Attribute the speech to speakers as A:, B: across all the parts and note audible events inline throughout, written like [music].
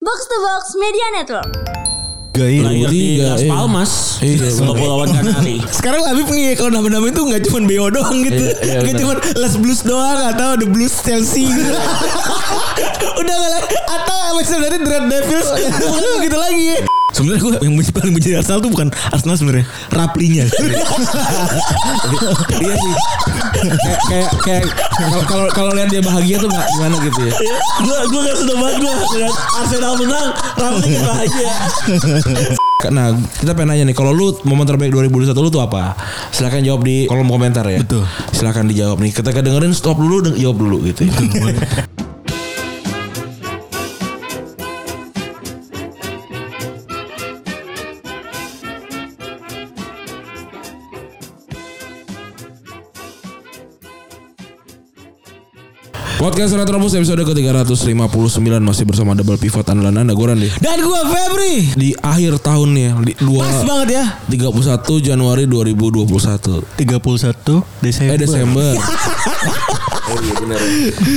A: Box to Box Media Network.
B: Gaya
C: Nah, iya.
D: Lahir di
B: Gaya.
D: Las Palmas, iya. Kepulauan Kanari.
C: Sekarang Habib nih kalau nama-nama itu nggak cuma BO doang gitu.
B: Iya, iya,
C: Nggak
B: benar.
C: cuma Les Blues doang atau The Blues Chelsea gitu. [laughs] Udah nggak lagi atau apa sebenarnya Dread Devils bukan [laughs] begitu lagi. Sebenarnya gue yang benci- paling benci dari Arsenal tuh bukan Arsenal sebenarnya, [laughs] Raplinya.
D: Iya sih. Kayak- Kayak kayak kalau- kalau kalau lihat dia bahagia tuh nggak gimana gitu ya.
C: gue gue gak sudah banget gue lihat Arsenal menang, Rapli
D: Iya,
C: bahagia.
D: Nah kita pengen nanya nih Kalau lu momen terbaik 2021 lu tuh apa? Silahkan jawab di kolom komentar ya
B: Betul.
D: Silahkan dijawab nih Ketika dengerin stop dulu deng- Jawab dulu gitu ya. Podcast Retrobus episode ke-359 Masih bersama Double Pivot Andalan Anda Gue Randy
C: Dan gue Febri.
D: Di akhir tahun nih Di dua,
B: Ah.
C: Pas banget ya.
D: 31 Januari 2021
B: 31 Desember.
D: Eh
C: [laughs]
D: Desember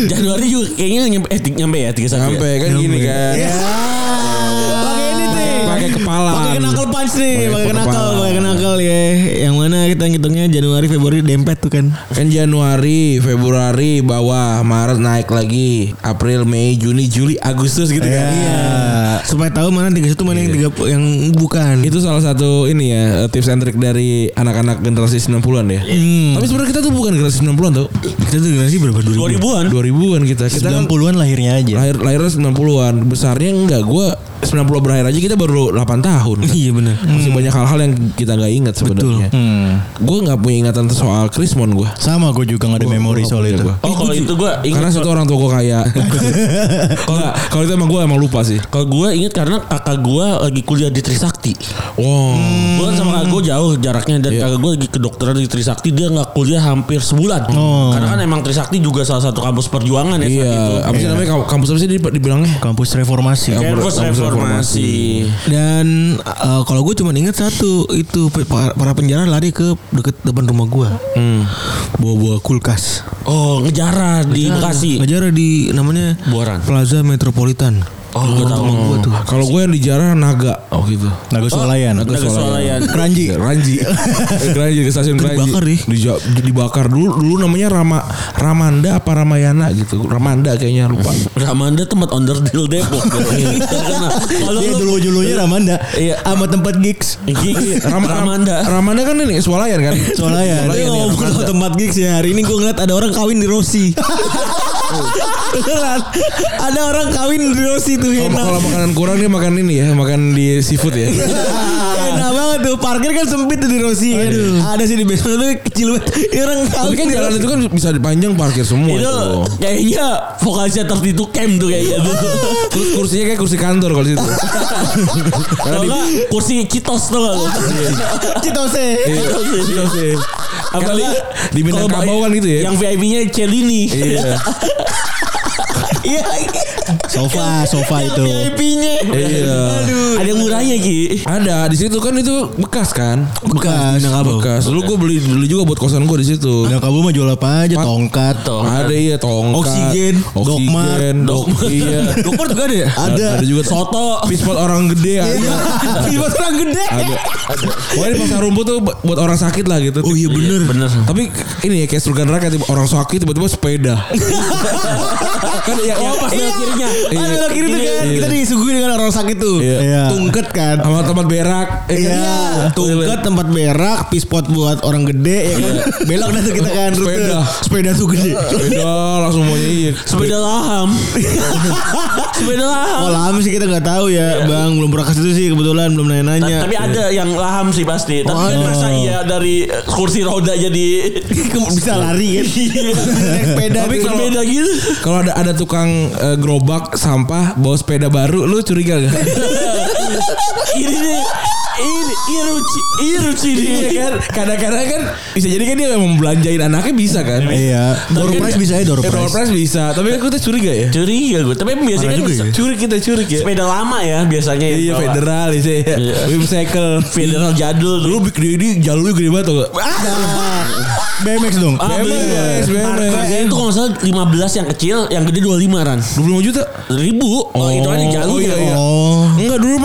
C: Januari juga kayaknya nyampe eh, nyampe ya Iya. tiga
D: Sampai kan
B: Iya.
D: gini kan
C: Ya. Pakai ini nih.
D: Pakai kepala
C: Pakai kenakal punch nih, pakai
D: Pakai
C: kenakal,
D: kepala.
C: pakai kenakal ya. Yang mana kita ngitungnya Januari, Februari dempet tuh kan.
D: Kan Januari, Februari bawah, Maret naik lagi, April, Mei, Juni, Juli, Agustus gitu
B: Iya.
D: kan.
C: Iya. Supaya tahu mana tiga satu mana yang tiga yang bukan.
D: Itu salah satu ini ya tips and trick dari anak-anak generasi 90-an ya.
C: Hmm.
D: Tapi sebenarnya kita tuh bukan generasi 90-an tuh.
B: Kita tuh generasi berapa? 2000?
D: 2000-an. 2000-an kita. Kita kan
B: 90-an lahirnya
E: Iya.
B: aja.
D: lahir lahirnya 90-an. Besarnya enggak gua 90 berakhir aja kita baru 8
E: [laughs]
D: tahun. kan.
C: Iya benar.
D: Masih
E: Hmm.
D: banyak hal-hal yang kita nggak ingat sebenarnya.
B: Hmm.
D: Gue nggak punya ingatan soal Krismon gue.
B: Sama gue juga gak ada memori soal itu.
D: Gua.
E: Oh kalau itu gue
D: Karena
E: ingat
D: satu orang tua gue
E: [laughs]
D: kaya. Kalau kalau itu emang gue emang lupa sih.
E: kalau gue ingat karena kakak gue lagi kuliah di Trisakti.
D: Wow.
E: Gue kan sama kakak gue jauh jaraknya dan
D: Iya.
E: kakak gue lagi kedokteran di Trisakti dia nggak kuliah hampir sebulan. Karena kan emang Trisakti juga salah satu kampus perjuangan ya saat itu.
D: Oh. Iya. Apa sih namanya Kamp- kampus apa sih di- dibilangnya?
B: Kampus reformasi.
D: Kampus-
E: Kampus
D: kampus reformasi.
E: reformasi.
C: Dan eh, kalau gue cuma ingat satu itu pe- para para penjara lari ke deket depan rumah gue. Bawa-bawa kulkas.
E: Oh ngejara di Bekasi.
C: Penjara di namanya
E: Buaran.
C: Plaza Metropolitan.
E: Oh gue tahu.
C: Rumah gue tuh.
D: Kalau gue yang dijarah naga. Oh gitu. Iya,
B: Naga Solayan.
E: Naga Swalayan.
B: Keranji.
D: Ranji. Eh, Ranji ke stasiun
C: Itu
D: Ranji.
C: dibakar, ih.
D: Dija- di- dibakar dulu dulu namanya Rama Ramanda apa Ramayana gitu. Ramanda kayaknya lupa.
E: Ramanda tempat onderdil
D: [laughs]
E: Depok. Iya, Terkenal. Kalau
B: Dia
E: lu-
B: dulu-dulunya Ramanda.
E: Iya.
B: Sama tempat gigs.
E: Gigi,
D: Ram- Ram-
E: Ramanda.
D: Ramanda kan ini Swalayan kan?
B: Swalayan.
C: Tapi
D: ya,
C: ngomong
D: Ramanda.
C: soal tempat gigs ya hari ini gue ngeliat ada orang kawin di Rossi. Beneran. ada orang kawin di Rossi tuh
D: Kalau
C: enak.
D: kalau makanan kurang dia makan ini ya, makan di seafood ya.
C: enak banget tuh parkir kan sempit tuh di Rossi kan. Ada sih di basement tuh kecil banget. Ini orang
D: Tapi
C: kawin
D: kan
C: di
D: jalan
C: Rossi.
D: itu kan bisa dipanjang parkir semua
E: Itu
D: itu.
E: kayaknya Iya, vokalisnya tertitu camp tuh kayaknya
D: Ah.
E: tuh.
D: Terus kursinya kayak kursi kantor kalau di situ.
E: Kalau enggak kursi Citos tuh
D: Ah, iya.
E: Iya. enggak
C: Citose.
D: Kan
E: Apalagi
D: Iya. di Minangkabau
E: kalau
D: kan gitu ya.
E: Yang VIP-nya Celini.
D: Iya.
C: Iya.
B: Sofa, sofa itu.
C: VIP-nya.
D: Iya.
C: Aduh.
E: Ada yang murahnya Ki.
D: Ada di situ kan itu bekas kan?
B: Bekas.
D: Bekas. Dulu gue beli beli juga buat kosan gue di situ.
B: Nah kamu mah jual apa aja? Tongkat.
D: Ada iya tongkat,
C: Oksigen,
D: oksigen, dok, iya.
C: Dokter juga Iya. ada ya?
B: Ada.
D: Ada juga
E: Soto.
D: pispot orang gede ada.
C: Tiba orang gede.
D: ada. ada. Wah di pasar rumput tuh bu- buat orang sakit lah gitu.
C: Oh iya bener.
E: Bener.
D: Tapi ini ya kayak surga neraka tiba orang sakit tiba-tiba sepeda. kan ya,
E: Oh pas belok kirinya.
C: Iya. Ah, belok kiri tuh kan
D: Iya.
C: kita disuguhin dengan orang sakit tuh.
B: Iya.
C: Tungket kan.
D: sama tempat berak. eh, kan?
C: Iya, tungkat tempat berak, pispot buat orang gede ya kan. Belok dah tuh kita kan rute.
D: Iya. Sepeda.
C: Sepeda tuh gede.
D: Sepeda langsung maunya iya.
E: Sepeda laham. [laughs] Sepeda laham.
C: Oh, lama sih kita nggak tahu ya, Bang. Belum pernah ke situ sih kebetulan belum
D: Iya.
C: nanya-nanya.
E: Tapi
C: [laughs]
E: ada yang laham sih pasti. Tapi kan
C: Oh.
E: masa iya dari eh, kursi roda jadi [laughs] iya.
C: bisa lari kan. Naik sepeda.
D: Tapi
C: tuh.
D: kalau-
E: beda gitu.
D: Kalau ada ada tukang eh, gerobak sampah bawa sepeda baru, lu curiga gak?
B: [laughs]
E: Ini nih. Ini iya iruci iruci dia
D: Iya kan?
E: kan.
D: Kadang-kadang kan bisa jadi kan dia emang belanjain anaknya bisa kan?
B: Iya. Door prize bisa ya door
D: Eh, door
B: prize.
D: prize bisa, tapi kan kita curiga ya.
E: Curiga gue. Tapi biasanya
B: Parah
E: kan
B: juga ya.
D: Curi kita curi ya.
E: sepeda lama ya biasanya. ya.
D: Iya
E: Kalau-
D: federal sih.
E: Iya.
D: Whimsicle.
E: Federal jadul
D: Dulu Big Daddy jalurnya gede banget tuh.
B: Ah! BMX dong.
E: Ah,
D: BMX,
E: BMX,
D: BMX.
E: Harganya itu kalau nggak salah 15 yang kecil, yang gede 25 ran.
D: 25 juta.
E: Ribu. Oh, itu kan yang jalurnya.
D: iya, iya.
B: Oh,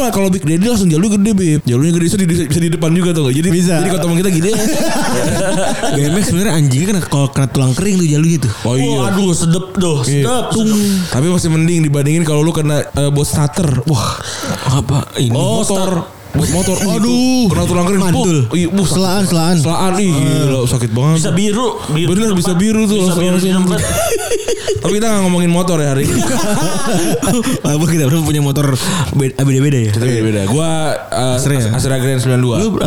D: kalau Big Daddy langsung jalur gede Bib. Jalurnya gede bisa di, bisa di depan juga tuh. Jadi
B: Bisa.
D: Jadi kalau teman kita
B: [laughs]
D: gini.
C: BMX sebenarnya anjingnya kena kalau kena tulang kering tuh jalur gitu.
D: oh
E: Wah,
D: iya.
E: aduh sedep tuh, sedep. sedep.
D: Tapi masih mending dibandingin kalau lu kena eh, bot starter. Wah,
C: Apa ini?
D: oh, motor. Bot motor. Aduh, kena tulang kering.
B: Mantul.
D: Puh, Iya,
C: Uh,
D: buh,
B: Selaan, selaan.
C: [laughs]
D: Selaan ih, gila, sakit banget.
E: Bisa biru, biru
D: Bener,
E: di tempat.
D: bisa biru tuh,
E: Bisa
D: langsung- gitu.
E: biru di
D: langsung.
E: tempat.
D: Tapi kita gak ngomongin motor ya hari ini.
C: Walaupun kita berdua punya motor be- beda-beda ya.
D: Kita beda-beda. Gua uh,
C: Astra ya?
D: Astra Grand 92.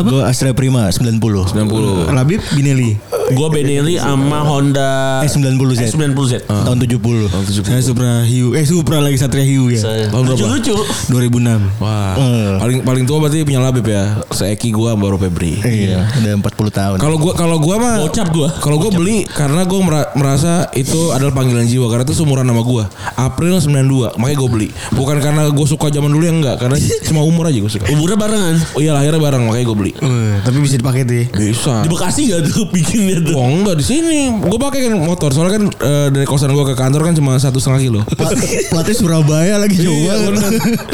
B: Apa? Gue Astrea Prima 90
D: 90.
C: Labib Binelli.
E: Gua Benelli sama Honda
C: Eh,
E: Eh,
B: S90Z.
E: S90Z.
C: Ah.
B: Ah. Tahun 70
C: Saya Supra Hiu. Eh Supra lagi Satria Hiu ya.
E: Oh,
D: Tahun berapa?
E: Lucu-lucu.
C: 2006.
D: Wah,
B: Eh.
D: paling paling tua berarti punya Labib ya. Seeki gua baru Febri.
B: Iya Udah 40 tahun
D: Kalau gua kalau gua mah
E: Bocap gua.
D: Kalau gua beli karena gua mera- merasa itu adalah panggilan jiwa karena itu seumuran sama gua. April 92, makanya gua beli. Bukan karena gua suka zaman dulu yang enggak, karena cuma umur aja gua suka.
E: Umurnya barengan.
C: Ah.
D: Oh iya lahirnya bareng makanya gua beli.
C: Eh, tapi bisa dipakai [laughs] tuh ya.
D: Bisa.
E: Di Bekasi gak tuh bikinnya tuh.
D: Oh enggak di sini, gua pakai kan motor. Soalnya kan eh, dari kosan gua ke kantor kan cuma satu setengah kilo.
B: Pla- Pelatih Surabaya lagi
D: Iya,
B: coba
D: bener.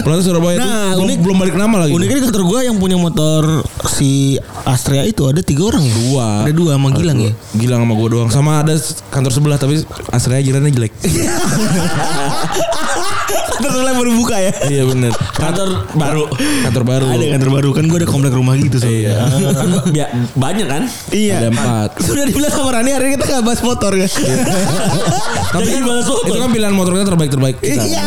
D: Pelatih Surabaya tuh
C: Nah,
D: belum,
C: unik-
D: belum balik nama lagi.
C: Uniknya Oh, kan di kantor gua yang punya motor si Astrea itu ada tiga orang ya.
D: Dua.
C: Ada dua sama Gilang ya.
D: Gilang sama gua doang. Sama ada s- kantor sebelah tapi aslinya jirannya
E: [laughs]
D: jelek.
C: Kantor sebelah baru buka ya.
D: iya bener.
E: Kantor baru.
D: Kantor baru.
C: Ada kantor baru kan gua ada komplek rumah gitu soalnya.
D: Iya.
E: Kan ba- ya, banyak kan?
C: Iya.
D: Ada Iya, empat.
C: Sudah dibilang sama Rani hari ini kita gak bahas motor ya.
E: Tapi kan balas
D: Itu kan pilihan motor ya. kita terbaik terbaik.
C: Iya.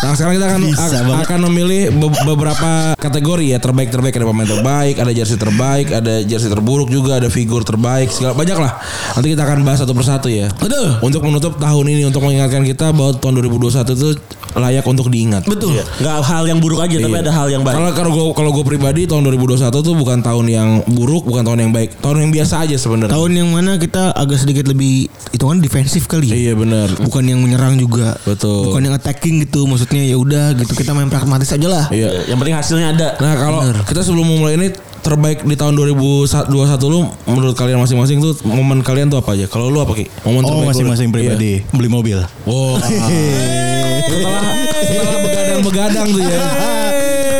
D: Nah sekarang kita akan
B: Bisa
D: ak-
B: banget.
D: akan memilih be- beberapa kategori ya terbaik terbaik ada pemain terbaik, ada jersey terbaik, ada jersey terburuk juga, ada figur terbaik segala banyak lah. Nanti kita akan bahas satu persatu ya. Betul. Untuk menutup tahun ini untuk mengingatkan kita bahwa tahun 2021 itu layak untuk diingat.
E: Betul. Gak Iya. hal yang buruk aja tapi
D: Iya.
E: ada hal yang baik.
D: Kalau kalau gue kalau gue pribadi tahun 2021 tuh bukan tahun yang buruk, bukan tahun yang baik, tahun yang biasa aja sebenarnya.
C: Tahun yang mana kita agak sedikit lebih hitungan defensif kali ya.
D: Iya benar.
C: Bukan yang menyerang juga.
D: Betul.
C: Bukan yang attacking gitu. Maksudnya ya udah gitu kita main pragmatis aja lah.
D: Iya.
E: Yang penting hasilnya ada.
D: Nah kalau kita sebelum mulai ini terbaik di tahun 2021 lu menurut kalian masing-masing tuh momen kalian tuh apa aja? Kalau lu apa Ki? Momen
B: Oh
D: terbaik lu?
B: masing-masing
D: Iya.
B: pribadi Beli mobil
D: Wow.
B: [laughs]
D: setelah setelah begadang-begadang tuh ya.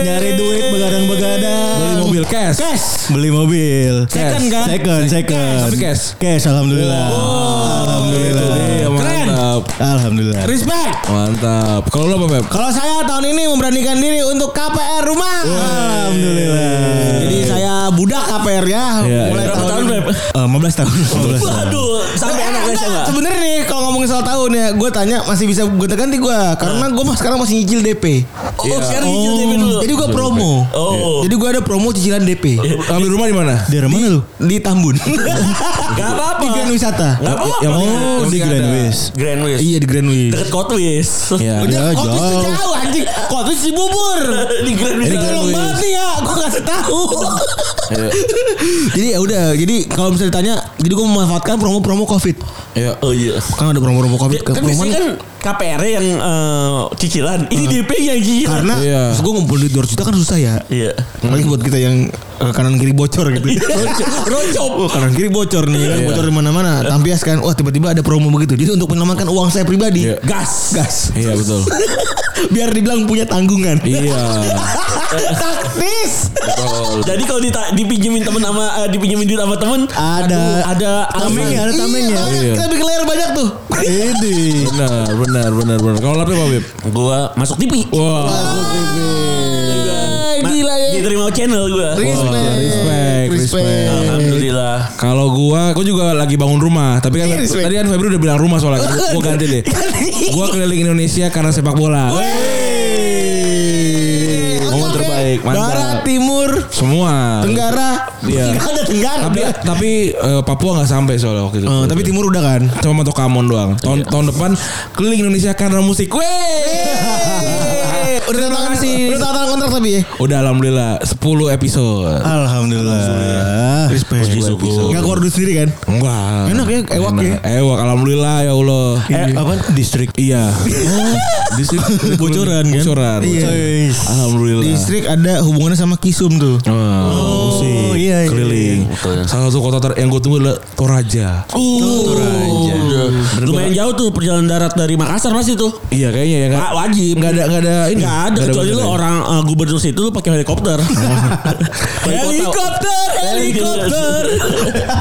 B: Nyari duit
D: Beli
B: begadang-begadang
D: mobil cash.
B: Beli mobil Second
D: kan?
B: Second Second
D: Tapi cash.
B: Cash alhamdulillah
D: Alhamdulillah. Iya, mantap.
B: Alhamdulillah
C: Respect.
D: Mantap. Kalau lu apa Beb?
C: Kalau saya tahun ini memberanikan diri untuk KPR rumah.
B: Alhamdulillah
C: Jadi saya budak KPR ya.
D: Iya,
C: Mulai
D: iya.
E: Berapa tahun, Beb?
B: Eh, 15
C: [laughs]
B: tahun 15 tahun
E: Waduh, sampai anak
C: Enggak,
E: saya enggak.
C: ya, Sebenarnya nih kalau ngomongin soal tahun ya, gue tanya masih bisa gue ganti gue karena gue mas sekarang masih nyicil DP.
E: Oh, sekarang hijau DP dulu.
C: Jadi gue promo. Iya.
E: Oh.
C: Jadi gue ada promo cicilan DP
D: Ambil rumah Iya. di mana?
B: Daerah mana lu?
C: di Tambun.
E: Gak apa-apa.
C: di Grand Wisata.
E: Gak apa-apa.
D: Yang-
B: Oh
D: Yang
B: di
D: ada.
B: Grand West
E: Grand Wis.
C: Iya di Grand Wis.
E: Deket Kotwis.
D: Iya.
B: Ya
C: Kok tuh
B: jauh
C: jauh anjing? Kok tuh si bubur?
E: Di Grand Wis.
C: Oh. Ini tolong banget nih ya, gue kasih tahu. jadi ya udah, jadi kalau misalnya ditanya, jadi gue memanfaatkan promo-promo covid.
D: Iya.
E: Oh iya.
C: Kan ada promo-promo covid ke
E: Kan
C: promo
E: biasanya kan KPR yang eh, cicilan. Ini DP yang cicilan.
C: karena
D: Iya.
C: gue ngumpul duit 200 juta kan susah ya.
E: Iya.
C: Apalagi buat kita yang eh, kanan kiri bocor gitu.
E: Rocop.
C: Oh, kanan kiri bocor nih kan bocor di mana-mana. Tampias kan, wah tiba-tiba ada promo begitu. Jadi untuk menamankan uang saya pribadi,
D: Iya.
E: Gas.
C: gas.
D: Iya betul.
C: Biar dibilang punya tanggungan.
D: Iya.
C: Taktis.
D: Betul.
E: Jadi kalau dita- dipinjemin temen sama eh, dipinjemin duit sama temen
B: Ada
E: aduh, ada
B: Tameng
E: alasan.
B: ya Ada tamengnya
C: Iya,
D: Iya.
C: Kita bikin layar banyak tuh.
B: Ini
D: Benar, benar, benar, benar. Kalau lapnya apa Beb?
E: Gua masuk TV.
D: Wah.
E: Ma-
C: ya.
E: Diterima channel gua.
C: Iya.
D: Respect. Respect. Respect.
E: Alhamdulillah.
D: Kalau gua, gua juga lagi bangun rumah. Tapi kan tadi kan Febri udah bilang rumah soalnya.
C: [laughs]
D: Gua, gua ganti deh. Gua keliling Indonesia karena sepak bola. Wey. Momen terbaik,
C: Barat,
D: mantap.
C: timur,
D: Semua.
C: tenggara.
D: Iya.
C: Nggak ada tenggara.
D: Tapi tapi eh, Papua nggak sampai soalnya waktu itu.
C: Eh, tapi Iya. timur udah kan.
D: cuma Motokamon doang. Tahun tahun depan keliling Indonesia karena musik.
B: Eh,
D: Wey.
C: Udah
D: Terima
C: tangan
D: kasih.
C: Udah tangan kontrak tapi ya.
D: Udah alhamdulillah 10 episode.
B: Alhamdulillah
D: Respect.
C: Enggak keluar duit sendiri kan?
D: Enggak.
C: Enak ya, ewak ya.
D: Ewak alhamdulillah ya Allah.
B: Eh, apa distrik
D: Iya. Distrik
C: Oh. [laughs] Bocoran kan?
D: Bocoran.
C: Iya.
D: Alhamdulillah.
C: Listrik ada hubungannya sama Kisum tuh.
D: Oh,
B: Oh, Iya, iya,
D: keliling. Salah satu kota ter- yang gue tunggu adalah Toraja.
E: Toraja. Iya. Lumayan jauh tuh perjalanan darat dari Makassar pasti tuh.
D: Iya kayaknya ya nggak
E: Pak wajib.
D: nggak ada nggak ada ya. ini.
E: Enggak Eh, ada kecuali lu orang eh, gubernur situ lu pakai [laughs] helikopter. helikopter, helikopter.
D: Dan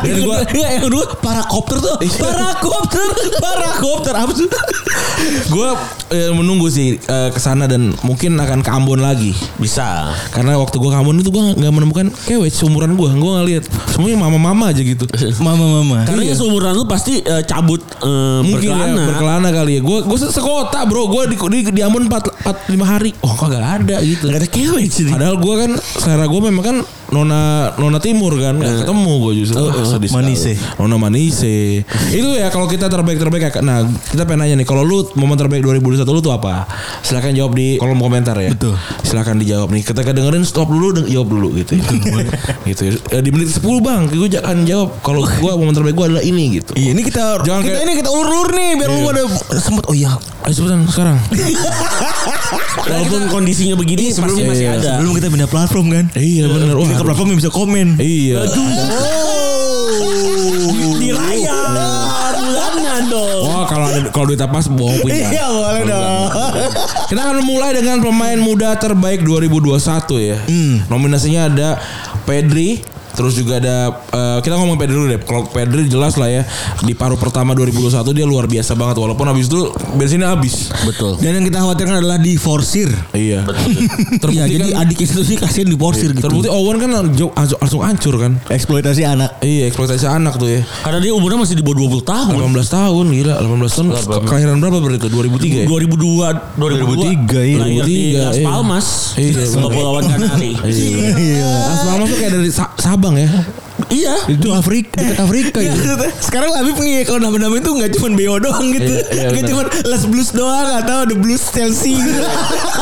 E: Yang [laughs]
D: gua-
E: kedua- Iya, yang kedua parakopter tuh. Parakopter, parakopter apa sih?
D: Gue menunggu sih eh, ke sana dan mungkin akan ke Ambon lagi.
E: Bisa.
D: Karena waktu gue ke Ambon itu gue nggak menemukan cewek seumuran gue. Gue nggak lihat semuanya mama-mama aja gitu.
B: Mama-mama.
E: Karena yang seumuran lu pasti eh, cabut eh,
D: Mungkin
E: berkelana.
D: ya berkelana kali ya. Gue gue sekota bro. Gue di, di, di Ambon 4, 4 5 hari. Oh kok gak ada gitu.
E: Gak ada cewek sih.
D: Padahal gue kan selera gue memang kan nona nona timur kan
B: Iya.
D: gak ketemu gue justru
B: Oh,
D: Wah, sedih sekali.
B: Manise.
D: nona manise itu ya kalau kita terbaik terbaik ya. nah kita pengen nanya nih kalau lu momen terbaik 2021 lu tuh apa silakan jawab di kolom komentar ya
B: Betul.
D: silakan dijawab nih ketika dengerin stop dulu deng- jawab dulu gitu ya. [laughs] gitu ya. Eh, di menit 10 bang gue akan jawab kalau gue momen terbaik gue adalah ini gitu
B: Iya, ini kita
D: Jangan
B: kita
D: kayak-
B: ini kita ulur-ulur nih biar lu ada sempet. Oh iya.
D: ayo sebutan sekarang
E: Walaupun kondisinya begini pasti masih
D: iya,
E: ada.
B: Sebelum kita pindah platform kan.
D: iya bener
B: Kita ke
D: Wah,
B: platform yang bisa komen.
D: iya
B: Oh.
E: Dilayar bulanan dong.
D: Wah kalau ada kalau duit apa bohong punya.
B: Iya, boleh dong.
D: Kita akan mulai dengan pemain muda terbaik 2021 ya. Nominasinya ada Pedri, terus juga ada eh, kita ngomong Pedri dulu deh. Kalau Pedri jelas lah ya di paruh pertama 2021 dia luar biasa banget walaupun habis itu bensinnya habis.
E: Betul.
B: Dan yang kita khawatirkan adalah diforsir.
D: Iya.
B: Iya,
D: [laughs] Terbukti
B: jadi
D: kan,
B: adik itu sih kasihan diforsir gitu.
D: terbukti Owen kan langsung langsung hancur kan.
B: Eksploitasi anak.
D: Iya, eksploitasi anak tuh ya.
E: Karena dia umurnya masih di bawah 20 tahun.
D: 18 tahun gila, 18 tahun. Ke- Kelahiran berapa berarti itu? 2003 ya?
E: 2002
B: 2003, iya.
E: Lahir di
D: 2003,
E: Las
D: iya.
E: Palmas
D: Iya,
E: Kepulauan Kanari
B: Iya.
D: Las Palmas tuh kayak dari Sa- Sabang ya.
E: iya
B: Itu Afrika, dekat Afrika gitu.
C: Sekarang Habib nih kalau nama-nama itu nggak cuma BO doang gitu.
D: Iya, iya,
C: Nggak
D: benar. Iya.
C: cuma Les Blues doang atau The Blues Chelsea gitu.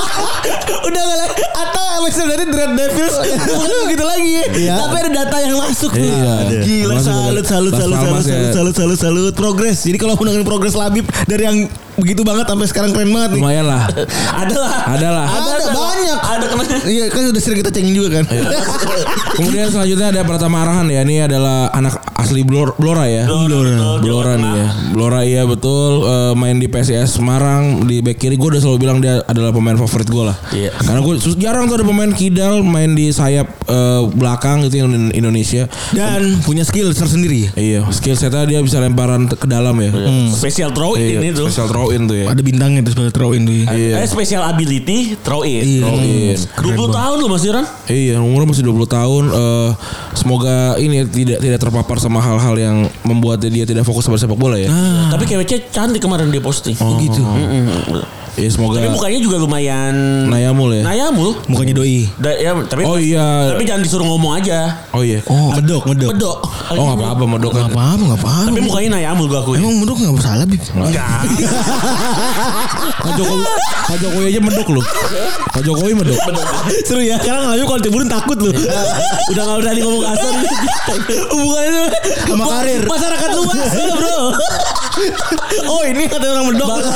C: [laughs] Udah nggak lagi atau emang sebenarnya Dread Devils
D: Oh,
C: [laughs] bukan begitu lagi.
B: Iya.
C: Tapi ada data yang masuk tuh.
D: Iya, ada.
C: Gila
D: Masuk
C: salut salut
D: ada. Las
C: salut salut
D: Palmas ya.
C: salut salut salut salut progres. Jadi kalau menggunakan progres Labib dari yang begitu banget sampai sekarang keren banget nih.
D: Lumayan lah. [laughs]
E: adalah
D: Adalah.
C: Ada, banyak.
E: ada kena-
C: Iya kan udah sering kita cengin juga kan.
D: Iya.
C: [laughs]
D: Kemudian selanjutnya ada Pratama Arahan ya. Ini adalah anak asli Blor- Blora ya.
E: Blora.
D: Blora nih ya. Blora iya betul Eh, main di PSIS Semarang di back kiri gue udah selalu bilang dia adalah pemain favorit gue lah.
E: Iya.
D: Karena gue sus- jarang tuh ada pemain kidal main di sayap eh, belakang gitu in- Indonesia.
B: Dan punya skill tersendiri.
D: Iya, skill setnya dia bisa lemparan te- ke dalam ya.
E: Iya. special throw in
D: Iya,
E: itu
D: special throw in tuh ya.
B: Ada bintangnya terus pada throw in tuh. ya.
D: Iya.
E: eh special ability throw in
D: Throw in.
E: 20 tahun lu Mas Iran
D: Iya, umurnya masih 20 tahun. eh, semoga ini tidak tidak terpapar sama hal-hal yang membuat dia tidak fokus pada sepak bola ya.
E: tapi ceweknya cantik kemarin dia posting oh gitu
D: Iya, semoga
E: tapi mukanya juga lumayan
D: Nayamul ya.
E: Nayamul
B: Mukanya doi.
E: Da- ya, tapi
D: Oh iya.
E: tapi jangan disuruh ngomong aja
D: Oh iya.
B: Oh, medok, medok.
E: pedok
D: Oh nggak apa-apa medok kan.
B: Apa, enggak apa.
E: tapi mukanya Nayamul gua akui
B: Emang medok enggak salah, Bib.
E: enggak
D: Pak Jokowi, Pak Jokowi aja medok loh. Pak Jokowi medok.
C: Seru ya. Sekarang Labib kalau tiburan takut lu.
E: [laughs] udah nggak berani ngomong kasar
C: Hubungannya tuh
B: Sama karir.
C: Masyarakat luas
E: Iya,
C: ya, bro. oh ini kata orang medok.
E: bangsa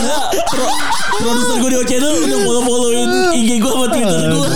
E: pro- produser gue di OC tuh udah follow followin IG gue sama Twitter gue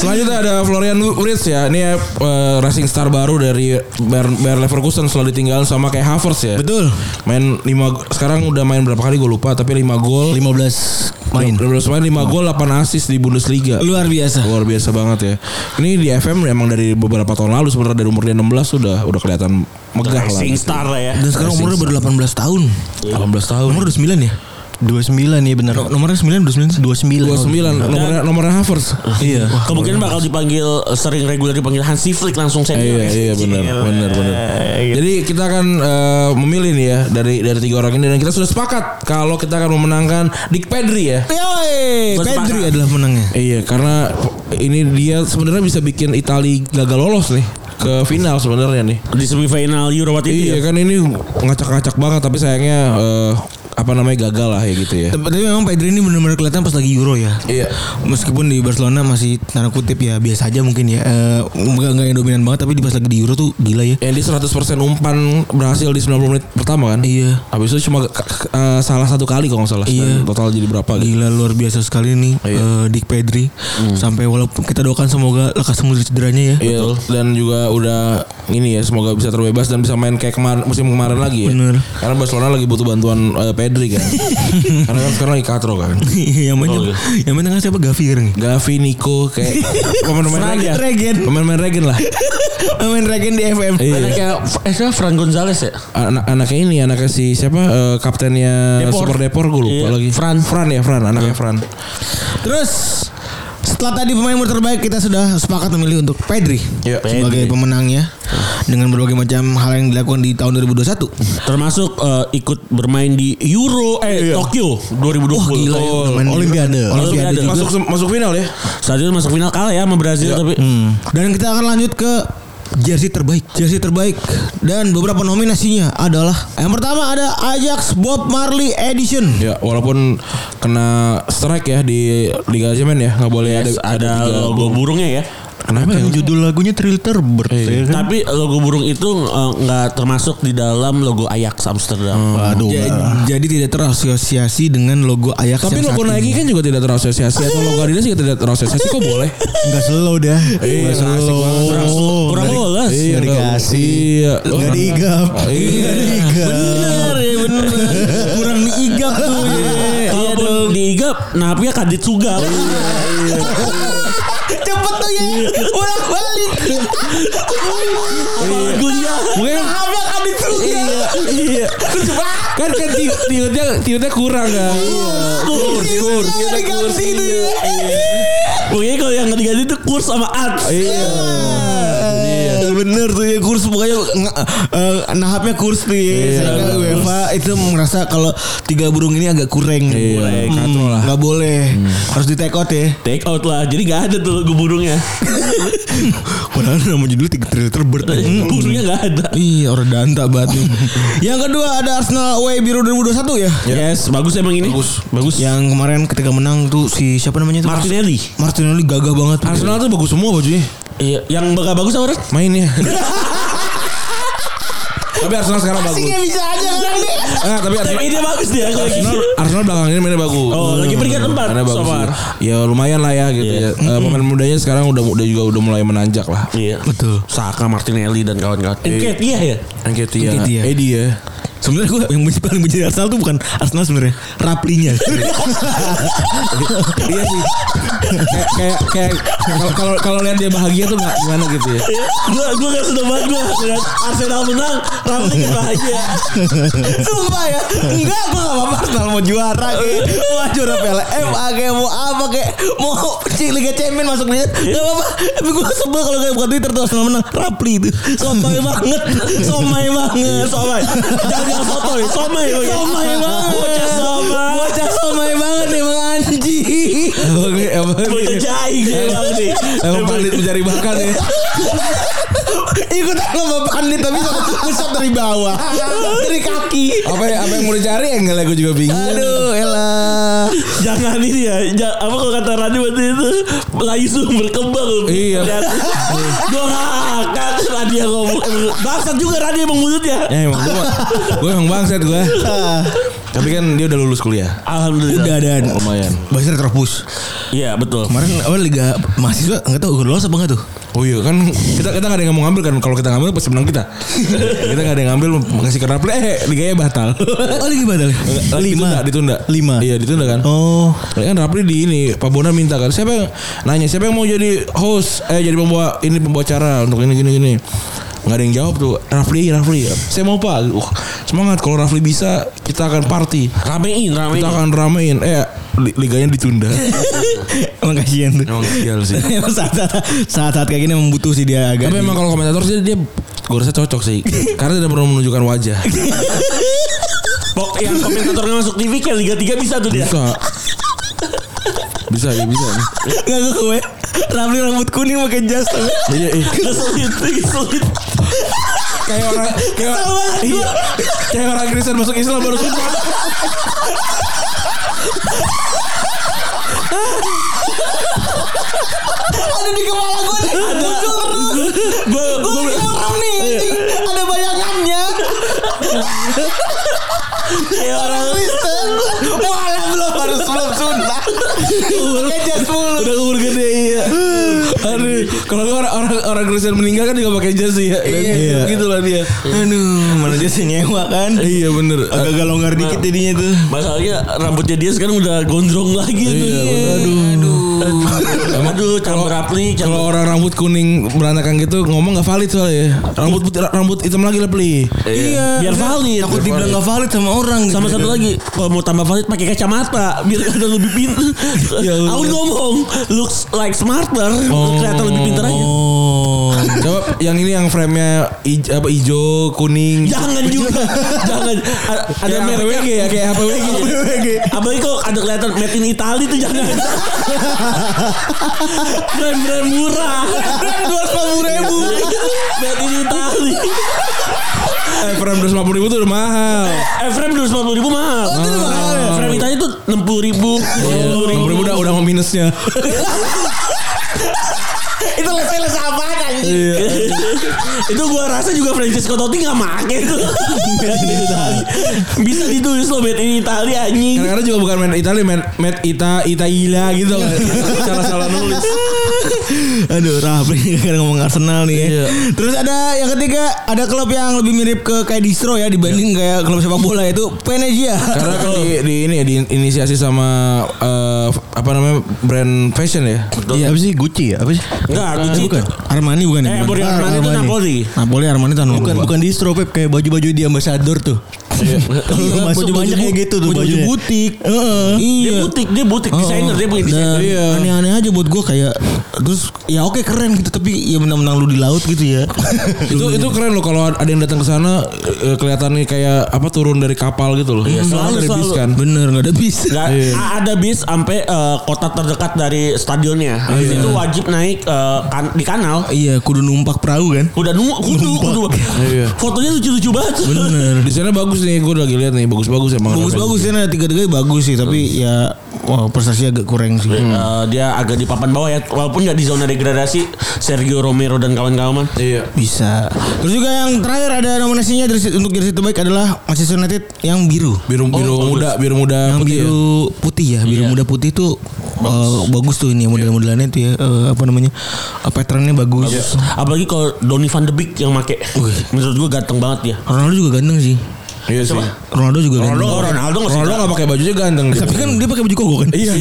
D: Selanjutnya ada Florian Wirtz ya. Ini ya, eh, racing star baru dari Bayer, Bayer Leverkusen setelah ditinggal sama kayak Havertz ya.
B: Betul.
D: Main 5 sekarang udah main berapa kali gue lupa tapi 5 gol.
B: 15 main.
D: 15 main 5 gol 8 assist di Bundesliga.
B: Luar biasa.
D: Luar biasa banget ya. Ini di FM emang dari beberapa tahun lalu sebenarnya dari umur dia 16 sudah udah kelihatan megah lah.
E: Sing star lah ya
B: Dan sekarang umurnya baru 18 tahun.
D: 18 tahun.
B: Umur 29 ya? 29 ya benar. Nomornya 9 29 29.
D: 29 nomornya nomornya Havertz.
B: Iya.
E: kemungkinan bakal dipanggil eh, sering reguler dipanggil Hansi Flick langsung senior
D: Iya iya benar
E: Gila.
D: benar benar. Jadi kita akan eh, memilih nih ya dari dari tiga orang ini dan kita sudah sepakat kalau kita akan memenangkan Dick Pedri ya.
B: Yoi,
E: Gua sepakat.
B: Pedri adalah menangnya.
D: Iya karena ini dia sebenarnya bisa bikin Itali gagal lolos nih ke final sebenarnya nih.
E: di semifinal Euro waktu itu
D: Iya
E: ya
D: kan ini ngacak-ngacak banget tapi sayangnya eh, apa namanya gagal lah ya gitu ya.
C: Tapi tapi memang Pedri ini benar-benar kelihatan pas lagi Euro ya.
D: Iya.
C: Meskipun di Barcelona masih tanda kutip ya biasa aja mungkin ya. Eh, Enggak enggak yang dominan banget tapi di pas lagi di Euro tuh gila ya.
D: Yang dia 100% umpan berhasil di 90 menit pertama kan?
C: Iya.
D: Habis itu cuma k- k- eh, salah satu kali kalau nggak salah.
C: Iya.
D: Total jadi berapa gitu.
C: Gila luar biasa sekali nih
D: Iya.
C: eh,
D: Hmm.
C: Dik Pedri. Sampai walaupun kita doakan semoga lekas sembuh dari cederanya ya.
D: Iya, dan juga udah ini ya semoga bisa terbebas dan bisa main kayak kemar- musim kemarin lagi ya.
C: Bener.
D: Karena Barcelona lagi butuh bantuan eh, Pedri kan. Karena kan sekarang lagi katro kan.
C: [laughs] yang main yang main tengah siapa Gavi sekarang ya?
D: Gavi, Nico kayak pemain-pemain
C: Regen.
D: regen. [laughs] Pemain-pemain regen lah.
C: Main Regen di FM.
D: Iya.
E: Kayak eh siapa Fran Gonzales ya?
D: Anak anaknya ini anaknya si siapa eh, kaptennya
E: Depor.
D: Super Depor gue lupa
E: Iya.
D: lagi. Fran Fran ya Fran anaknya Fran.
C: Terus setelah tadi pemain muda terbaik kita sudah sepakat memilih untuk Pedri
D: Iya.
C: sebagai pemenangnya dengan berbagai macam hal yang dilakukan di tahun 2021.
E: Termasuk eh, ikut bermain di Euro eh Tokyo 2020.
C: Wah, gila ya,
E: Oh,
C: bermain di
F: Olimpiade.
C: Euro. Olimpiade. Iya.
E: Olimpiade.
D: Masuk masuk final ya.
E: Saat itu masuk final kalah ya sama Brazil tapi
D: Hmm.
C: Dan kita akan lanjut ke jersey terbaik. Jersey terbaik dan beberapa nominasinya adalah yang pertama ada Ajax Bob Marley Edition.
D: Ya walaupun kena strike ya di Liga Champions ya nggak boleh ada
E: Yes, ada
D: tiga
E: logo burungnya ya.
D: Kenapa ya?
F: Judul lagunya Thriller Bird. ya
C: Iya.
F: kan?
E: Tapi logo burung itu eh, nggak termasuk di dalam logo Ajax
C: Hmm.
E: Amsterdam.
F: Waduh.
C: Ja- jadi tidak terasosiasi dengan logo Ajax
D: Tapi
C: yang
D: logo
C: saat
D: Nike
C: ini.
D: kan juga tidak terasosiasi atau logo Adidas juga tidak terasosiasi kok boleh.
F: Enggak slow dah.
D: Iya, asik banget.
E: Kurang kurang
D: Iya,
E: lolos.
F: Nggak
D: nggak-
F: dikasih.
D: Iya. Oh,
F: Enggak
D: kan-
F: diigap.
D: Iya.
E: Bener ya bener.
C: kurang diigap
F: Iya,
C: tuh. ya.
E: Kalaupun diigap, napinya kadet sugal.
F: Iya,
C: Cepet tuh ya. Ulang balik.
E: Apalagi kuliah.
F: Iya.
D: Mungkin
C: Abang adit tuh.
D: Iya, iya. Kan kan ti- tiutnya tiutnya kurang
C: Iya.
D: kan.
E: Kurs, kurs.
D: Tiutnya kurang.
C: Diganti tuh ya.
E: Pokoknya kalau yang nggak diganti itu kurs sama ads.
D: Iya.
C: Iya. Bener tuh ya kurs pokoknya nge- eh, nahapnya kurs tuh ya. Sedangkan UEFA itu merasa kalau tiga burung ini agak kurang.
D: Kurang.
C: Hmm,
D: Katro lah.
C: Nggak boleh. Harus di take out ya.
E: Take out lah. Jadi nggak ada tuh logo burungnya.
C: [laughs] Padahal nama judul tiga trailer bird.
E: burungnya nggak ada.
C: Iya, orang danta banget
D: [laughs]
C: nih. Yang kedua ada Arsenal away biru 2021 ya.
E: Yes, bagus emang ini. Bagus, bagus.
C: Yang kemarin ketika menang tuh si siapa namanya tuh?
E: Martinelli.
C: Martinelli gagah banget.
D: Arsenal tuh bagus semua bajunya.
E: Iya, yang bakal bagus apa? Ren? [laughs]
D: Mainnya. Tapi Arsenal sekarang bagus.
E: ya.
C: Asingnya bisa aja kan ini.
D: Ah, tapi Arsenal
E: Tapi dia bagus dia kalau lagi.
D: Arsenal, Arsenal belakang ini mainnya bagus. Hmm.
E: Oh, lagi peringkat empat Iya.
D: Mainnya bagus.
E: so far.
D: Ya lumayan lah ya gitu ya. Eh, pemain mudanya sekarang udah udah juga udah mulai menanjak lah.
E: Iya.
C: Betul.
E: Saka Martinelli dan kawan-kawan. Enket iya ya.
D: Enketia.
C: Nketiah.
D: Edi ya.
C: Sebenarnya gue yang benci- paling benci Arsenal tuh bukan Arsenal sebenarnya, Raplinya.
D: [laughs] Iya sih. Kayak kayak kayak kalau- kalau kalau lihat dia bahagia tuh nggak gimana gitu ya.
E: Gue gue gak seneng banget gue ngeliat Arsenal menang, Ramsey bahagia.
C: Sumpah ya, enggak gue gak apa-apa Arsenal mau juara kayak mau ya? juara Piala FA kayak mau apa kayak mau C- Liga Champions masuk dia gak apa-apa. Tapi gue sebel kalau kayak bukan Twitter tuh Arsenal menang Rapli itu.
E: Sotoy banget, somai banget, somai. Jangan bilang sotoy, somai.
C: Somai banget.
E: Bocah somai.
C: Bocah somai banget emang anjing.
D: Emang emang
E: Bocah jaing sih emang nih.
D: emang pandit mencari bakat ya.
C: Ikut lomba pandit tapi pusat dari bawah. Dari kaki.
D: Apa ya apa yang mau dicari ya enggak lah gue juga bingung.
C: Aduh, elah.
E: Jangan ini ya, ja- apa kalau kata Rani waktu itu langsung berkembang.
D: Iya.
E: Gue ngakak Rani yang ngomong. Bangsat juga Rani emang mulutnya.
D: Ya emang gue gue emang bangsat gue. Tapi kan dia udah lulus kuliah.
E: Alhamdulillah.
C: Udah dan
D: Lumayan.
C: Basir terpus.
E: Iya betul.
C: Kemarin apa liga mahasiswa enggak tahu lolos apa enggak tuh?
D: Oh iya kan kita kita nggak ada yang mau ngambil kan kalau kita ngambil pasti menang
E: [laughs]
D: kita. kita nggak ada yang ngambil ngasih kerap eh liganya batal.
C: Oh, liga batal.
D: Ditunda, ditunda.
C: Lima.
D: Iya ditunda kan.
C: Oh, [laughs]
D: Kan Rapli di ini Pak Bona minta kan siapa yang nanya siapa yang mau jadi host eh jadi pembawa ini pembawa acara untuk ini gini gini nggak ada yang jawab tuh Rafli Rafli saya mau pak Wah, semangat kalau Rafli bisa kita akan party
E: Ramein, ramein.
D: kita akan ramein eh li- liganya ditunda
C: emang kasihan tuh.
D: emang sial sih
C: Emang [laughs] saat saat saat, saat kayak gini membutuh sih dia agak.
D: tapi emang
C: [laughs]
D: kalau komentator sih dia gue rasa cocok sih karena tidak perlu menunjukkan wajah
E: Pok yang komentatornya masuk TV kayak Liga 3 bisa tuh dia.
D: bisa bisa ya bisa
C: enggak gue. Rambut rambut kuning pakai jas.
D: iya iya
E: Keselit, keselit.
D: kayak
C: [laughs]
D: orang kayak orang iya, kayak orang Kristen masuk Islam baru
C: [laughs]
D: sunnah.
B: Ada di kepala gue nih. Muncul terus.
D: Gue
B: Gue lagi merem nih. anjing. Ada bayangannya.
D: Ya,
B: Orang Kristen. Malah belum baru sebelum sunnah. Kejar 10.
D: udah umur gede iya. Aduh, kalau gue orang orang orang Kristen meninggal kan juga pakai jas ya.
C: Iya.
D: Gitu lah dia.
C: Aduh, mana dia sih nyewa kan?
D: Iya bener.
C: Agak longgar dikit jadinya tuh.
E: Masalahnya rambutnya dia sekarang udah gondrong lagi tuh.
D: Iya,
C: Iya,
D: Aduh.
E: Aduh, aduh, campur apli,
D: Kalau
E: campur
D: orang rambut kuning berantakan gitu ngomong nggak valid soalnya. Rambut putih, rambut hitam lagi lah peli.
E: Iya. Biar valid.
C: Takut dibilang gak valid sama orang gitu.
E: Sama satu lagi, kalau mau tambah valid pakai kacamata biar kelihatan lebih pintar.
D: [laughs] Ya Allah.
E: Aku ngomong looks like smarter, kelihatan lebih pintar aja.
C: [laughs] Oh.
D: Coba yang ini yang frame-nya hij- apa hijau, kuning.
C: Ya.
E: Jangan
D: [laughs]
E: juga, jangan. A- Ada
D: Kayak
E: merek
D: APWG ya, kayak APWG.
E: Apalagi kok ada kelihatan made in Italy tuh
D: [laughs]
E: jangan. Brand-brand murah. Dua ribu. Made in Italy.
D: Eh, frame 250 ribu tuh udah mahal.
E: Eh, frame dua ribu mahal.
D: Oh,
E: Frame Italy tuh enam puluh ribu.
D: ya? Enam ribu udah udah mau minusnya.
B: Itu les-les apaan anjing.
E: Iya. itu gua rasa juga Francisco Totti gak make itu. Bisa ditulis loh made in Italy anjing.
D: Kadang-kadang juga bukan main Itali, main main Ita Itaila gitu. Cara salah nulis.
C: [laughs] Aduh, Rafli [laughs] karena ngomong Arsenal nih. ya.
B: Terus ada yang ketiga ada klub yang lebih mirip ke kayak distro ya
C: Iya.
B: dibanding kayak klub sepak bola itu
C: ya.
B: Penegia.
D: Karena kan di, di ini ya diinisiasi sama eh, apa namanya brand fashion ya.
C: Iya. Apa sih Gucci ya? Apa sih?
E: Enggak,
C: Eh,
E: Gucci
C: bukan.
E: itu-
C: Armani bukan
E: Eh, Borja
C: Ah,
E: Armani itu Napoli.
C: Napoli Armani tahun Bukan bukan distro Pep kayak baju-baju di ambassador tuh.
E: Iya.
C: [laughs] Kalau masuk banyak kayak gitu tuh
B: baju
C: bajunya.
B: butik.
C: Heeh.
E: Dia butik, dia butik
C: Oh.
E: desainer, dia punya
C: Dan
E: desainer.
C: aneh-aneh aja buat gue kayak terus ya oke keren gitu tapi ya menang-menang lu di laut gitu
E: [laughs]
C: ya.
D: itu itu keren loh kalau ada yang datang ke sana eh, kelihatannya kayak apa turun dari kapal gitu loh. Iya,
E: selalu,
D: dari bis
E: selalu.
D: kan.
C: Bener nggak ada bis.
E: Nggak, a- ada bis sampai eh, kota terdekat dari stadionnya. Habis itu wajib naik eh, kan- di kanal.
C: Iya kudu numpak perahu kan.
E: Udah nunggu, kudu, kudu.
D: Iya.
E: Fotonya lucu-lucu banget.
C: Bener.
D: Di sana bagus nih, gue lagi lihat nih bagus-bagus emang.
C: Bagus-bagus ya tiga-tiganya bagus sih tapi ya wah prestasinya agak kurang sih.
E: Eh, dia agak di papan bawah ya, walaupun nggak di zona degradasi. Sergio Romero dan kawan-kawan.
D: Iya.
C: Bisa. Terus juga yang terakhir ada nominasinya dari untuk jersey terbaik adalah Manchester United yang biru. Oh,
D: Biru biru muda, biru muda
C: Yang
D: putih. ya. Iya.
C: biru putih ya, biru muda putih itu bagus, bagus tuh ini model-modelannya tuh ya eh, apa namanya? eh, patternnya bagus.
D: Iya.
E: Apalagi kalau Donny van de Beek yang make. Menurut gua ganteng banget ya.
C: Ronaldo juga ganteng sih.
D: Iya sih.
C: Ronaldo juga
E: Ronaldo,
C: ganteng.
E: Ronaldo nggak sih?
D: Ronaldo nggak pakai bajunya ganteng. gitu. dia.
C: Tapi kan dia pakai baju koko kan? [laughs] Iya.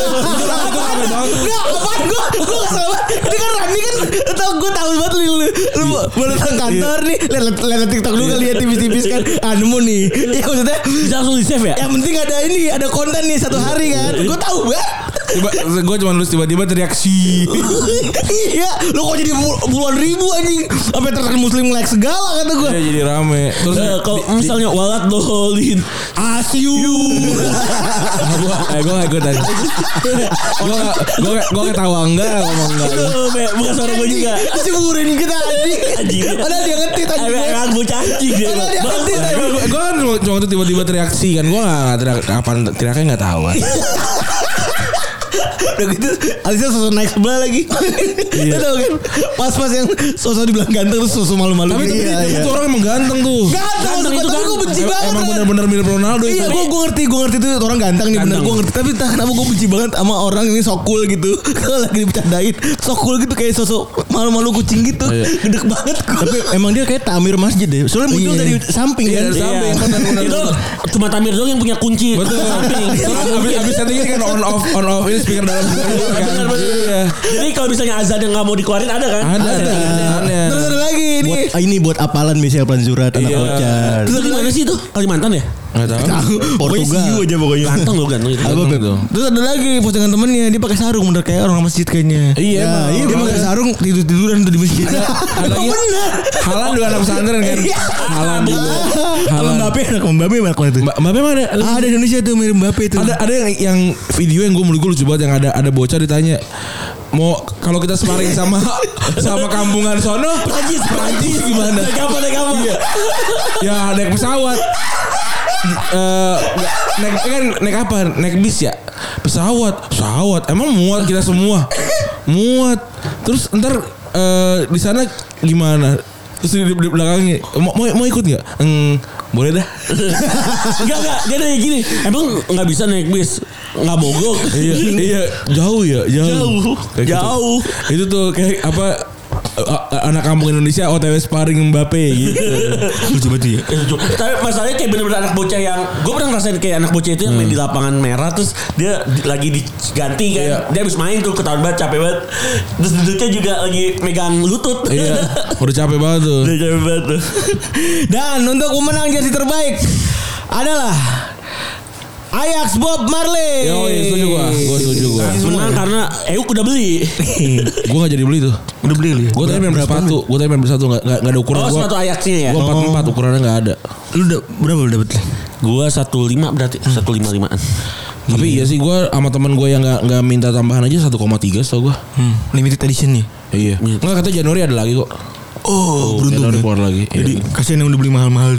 D: [laughs]
B: Enggak, apaan gue Gue kesel banget Ini kan Rani kan tau, Gue tau banget lu Lu, lu
D: Iya.
B: mau- mau datang kantor nih Lihat lihat tiktok lu kan Lihat tipis-tipis kan Ah
C: Anu
B: nemu nih
D: Iya.
C: Iya,
B: Ya maksudnya
E: Bisa langsung di save ya?
B: Yang penting ada ini Ada konten nih Satu hari kan
D: Iya.
B: Gue tau banget
D: Tiba, gue cuma nulis tiba-tiba teriak si.
B: [laughs] Iya Lu kok jadi pul- puluhan ribu anjing Sampai terkenal muslim like segala kata gue
D: Iya jadi rame. Terus
E: Eh, kalau misalnya walat dolin asyu
D: iya. gue eh, gue ikut tadi. Gue gue gue ketawa enggak ngomong enggak.
E: Aduh, Be, bukan suara gue juga
B: Diceburin kita anjing
E: Anjing.
B: Padahal dia ngetit
E: Eh,
B: anjing
E: Be, emang bocah anjing dia
B: Padahal dia
E: Bang.
B: ngetit anjing
D: Gue kan cuma- cuma tuh tiba-tiba teriak si kan. Gue nggak teriak kapan teriaknya nggak tahu. kan.
B: Iya, Udah gitu Alisnya sosok naik sebelah lagi Lu
D: Iya.
B: tau kan Pas-pas yang Sosok dibilang ganteng Terus sosok malu-malu
D: Tapi
B: gitu.
D: itu, itu- itu orang emang ganteng tuh.
B: Ganteng
E: Ganteng
B: maksud
E: itu
B: gua, Tapi gue
E: ganteng.
B: benci banget
D: Emang
B: Ren.
D: bener-bener mirip Ronaldo
B: Iya
D: itu.
B: gue gue ngerti Gue ngerti itu orang ganteng nih bener
E: Ganteng.
B: Gue ngerti Tapi entah kenapa gue benci banget Sama orang ini sok cool
C: [laughs]
B: gitu Kalau lagi dibercandain Sok cool gitu Kayak sosok malu-malu kucing gitu Gedek banget
C: Tapi
B: gue
C: emang dia kayak tamir masjid deh. Soalnya muncul
B: Iya.
C: dari samping
D: Iya,
C: kan.
D: dari
E: Iya.
D: samping. Bener-bener.
E: itu cuma Tamir doang yang punya kunci
D: Betul. Iya,
E: samping
D: Abis abis settingnya kan on off on off ini speaker dalam speaker luar kan. Iya.
E: jadi kalau misalnya azan yang nggak mau dikeluarin ada kan
D: Ada ada. ada.
B: Terus ada lagi ini
C: Buat ah, ini buat apalan Michel Panzurat anak
D: Iya.
C: bocah.
E: itu di mana sih itu Kalimantan ya
D: Nggak tahu.
C: Portugal.
B: Pokoknya
C: aja
D: Iya.
C: pokoknya.
E: ganteng loh ganteng itu
C: Apa Beb?
D: tuh.
C: Terus ada lagi postingan temennya dia pakai sarung bener kayak orang masjid kayaknya.
D: Iya,
C: Ya,
D: emang.
C: iya dia pakai sarung tidur tiduran tuh di masjid. [laughs]
D: Ada lagi. Halan juga anak pesantren kan.
B: Iya.
D: Halan juga.
C: Kalau Mbappe anak Mbappe anak mana tuh?
D: Mbak Mbak Pem ada
C: Ada Indonesia tuh mirip Mbappe tuh.
D: ada ada yang yang video yang gue menurut gue lucu banget yang ada ada bocah ditanya mau kalau kita sparring [laughs] sama sama kampungan sono Prancis Prancis [laughs] gimana? Naik apa naik apa? Iya. Ya naik pesawat. Eh, nggak- naik kan naik apa? Naik bis ya? Pesawat, pesawat. Emang muat kita semua. Muat. Terus ntar eh, di sana gimana? Terus di, di belakangnya mau mau, mau ikut nggak? Hmm, boleh dah.
E: Enggak enggak Dia nanya gini Emang nggak bisa naik bis Nggak mogok
D: iya, iya, jauh ya, jauh.
E: Jauh,
D: Kayak gitu.
E: jauh.
D: Itu tuh kayak apa a- a- anak kampung Indonesia OTW sparring Mbappe gitu.
E: lucu banget ya lucu. tapi masalahnya kayak bener-bener anak bocah yang gue pernah ngerasain kayak anak bocah itu yang main di
D: Hmm.
E: lapangan merah terus dia di- lagi diganti kan
D: Iya.
E: dia habis main tuh ketahuan banget capek banget terus duduknya juga lagi megang lutut
D: iya,
E: [laughs]
D: udah capek banget tuh.
E: Udah capek banget tuh.
B: Dan untuk pemenang jersey terbaik adalah Ajax Bob Marley.
D: Yo, iya, setuju gua. Gua setuju gua.
E: menang karena Euk udah beli
D: Gua gak jadi beli tuh.
E: udah beli ya? lu
D: Gua tadi main bersatu, gua tadi main bersatu enggak enggak ada ukuran
E: oh
D: gua.
E: sepatu ayaknya ya
D: Gua empat empat ukurannya enggak ada.
C: Lu udah berapa lu dapet?
E: gue satu lima berarti
D: Hmm.
E: satu lima limaan
D: Tapi iya sih gua sama teman gua yang enggak enggak minta tambahan aja 1,3 setau gua.
C: Hmm, limited edition nih.
D: Iya. Enggak kata Januari ada lagi kok.
C: Oh, beruntung.
D: Januari
C: lu.
D: keluar lagi.
C: Jadi
D: Iya.
C: kasihan yang udah beli mahal-mahal.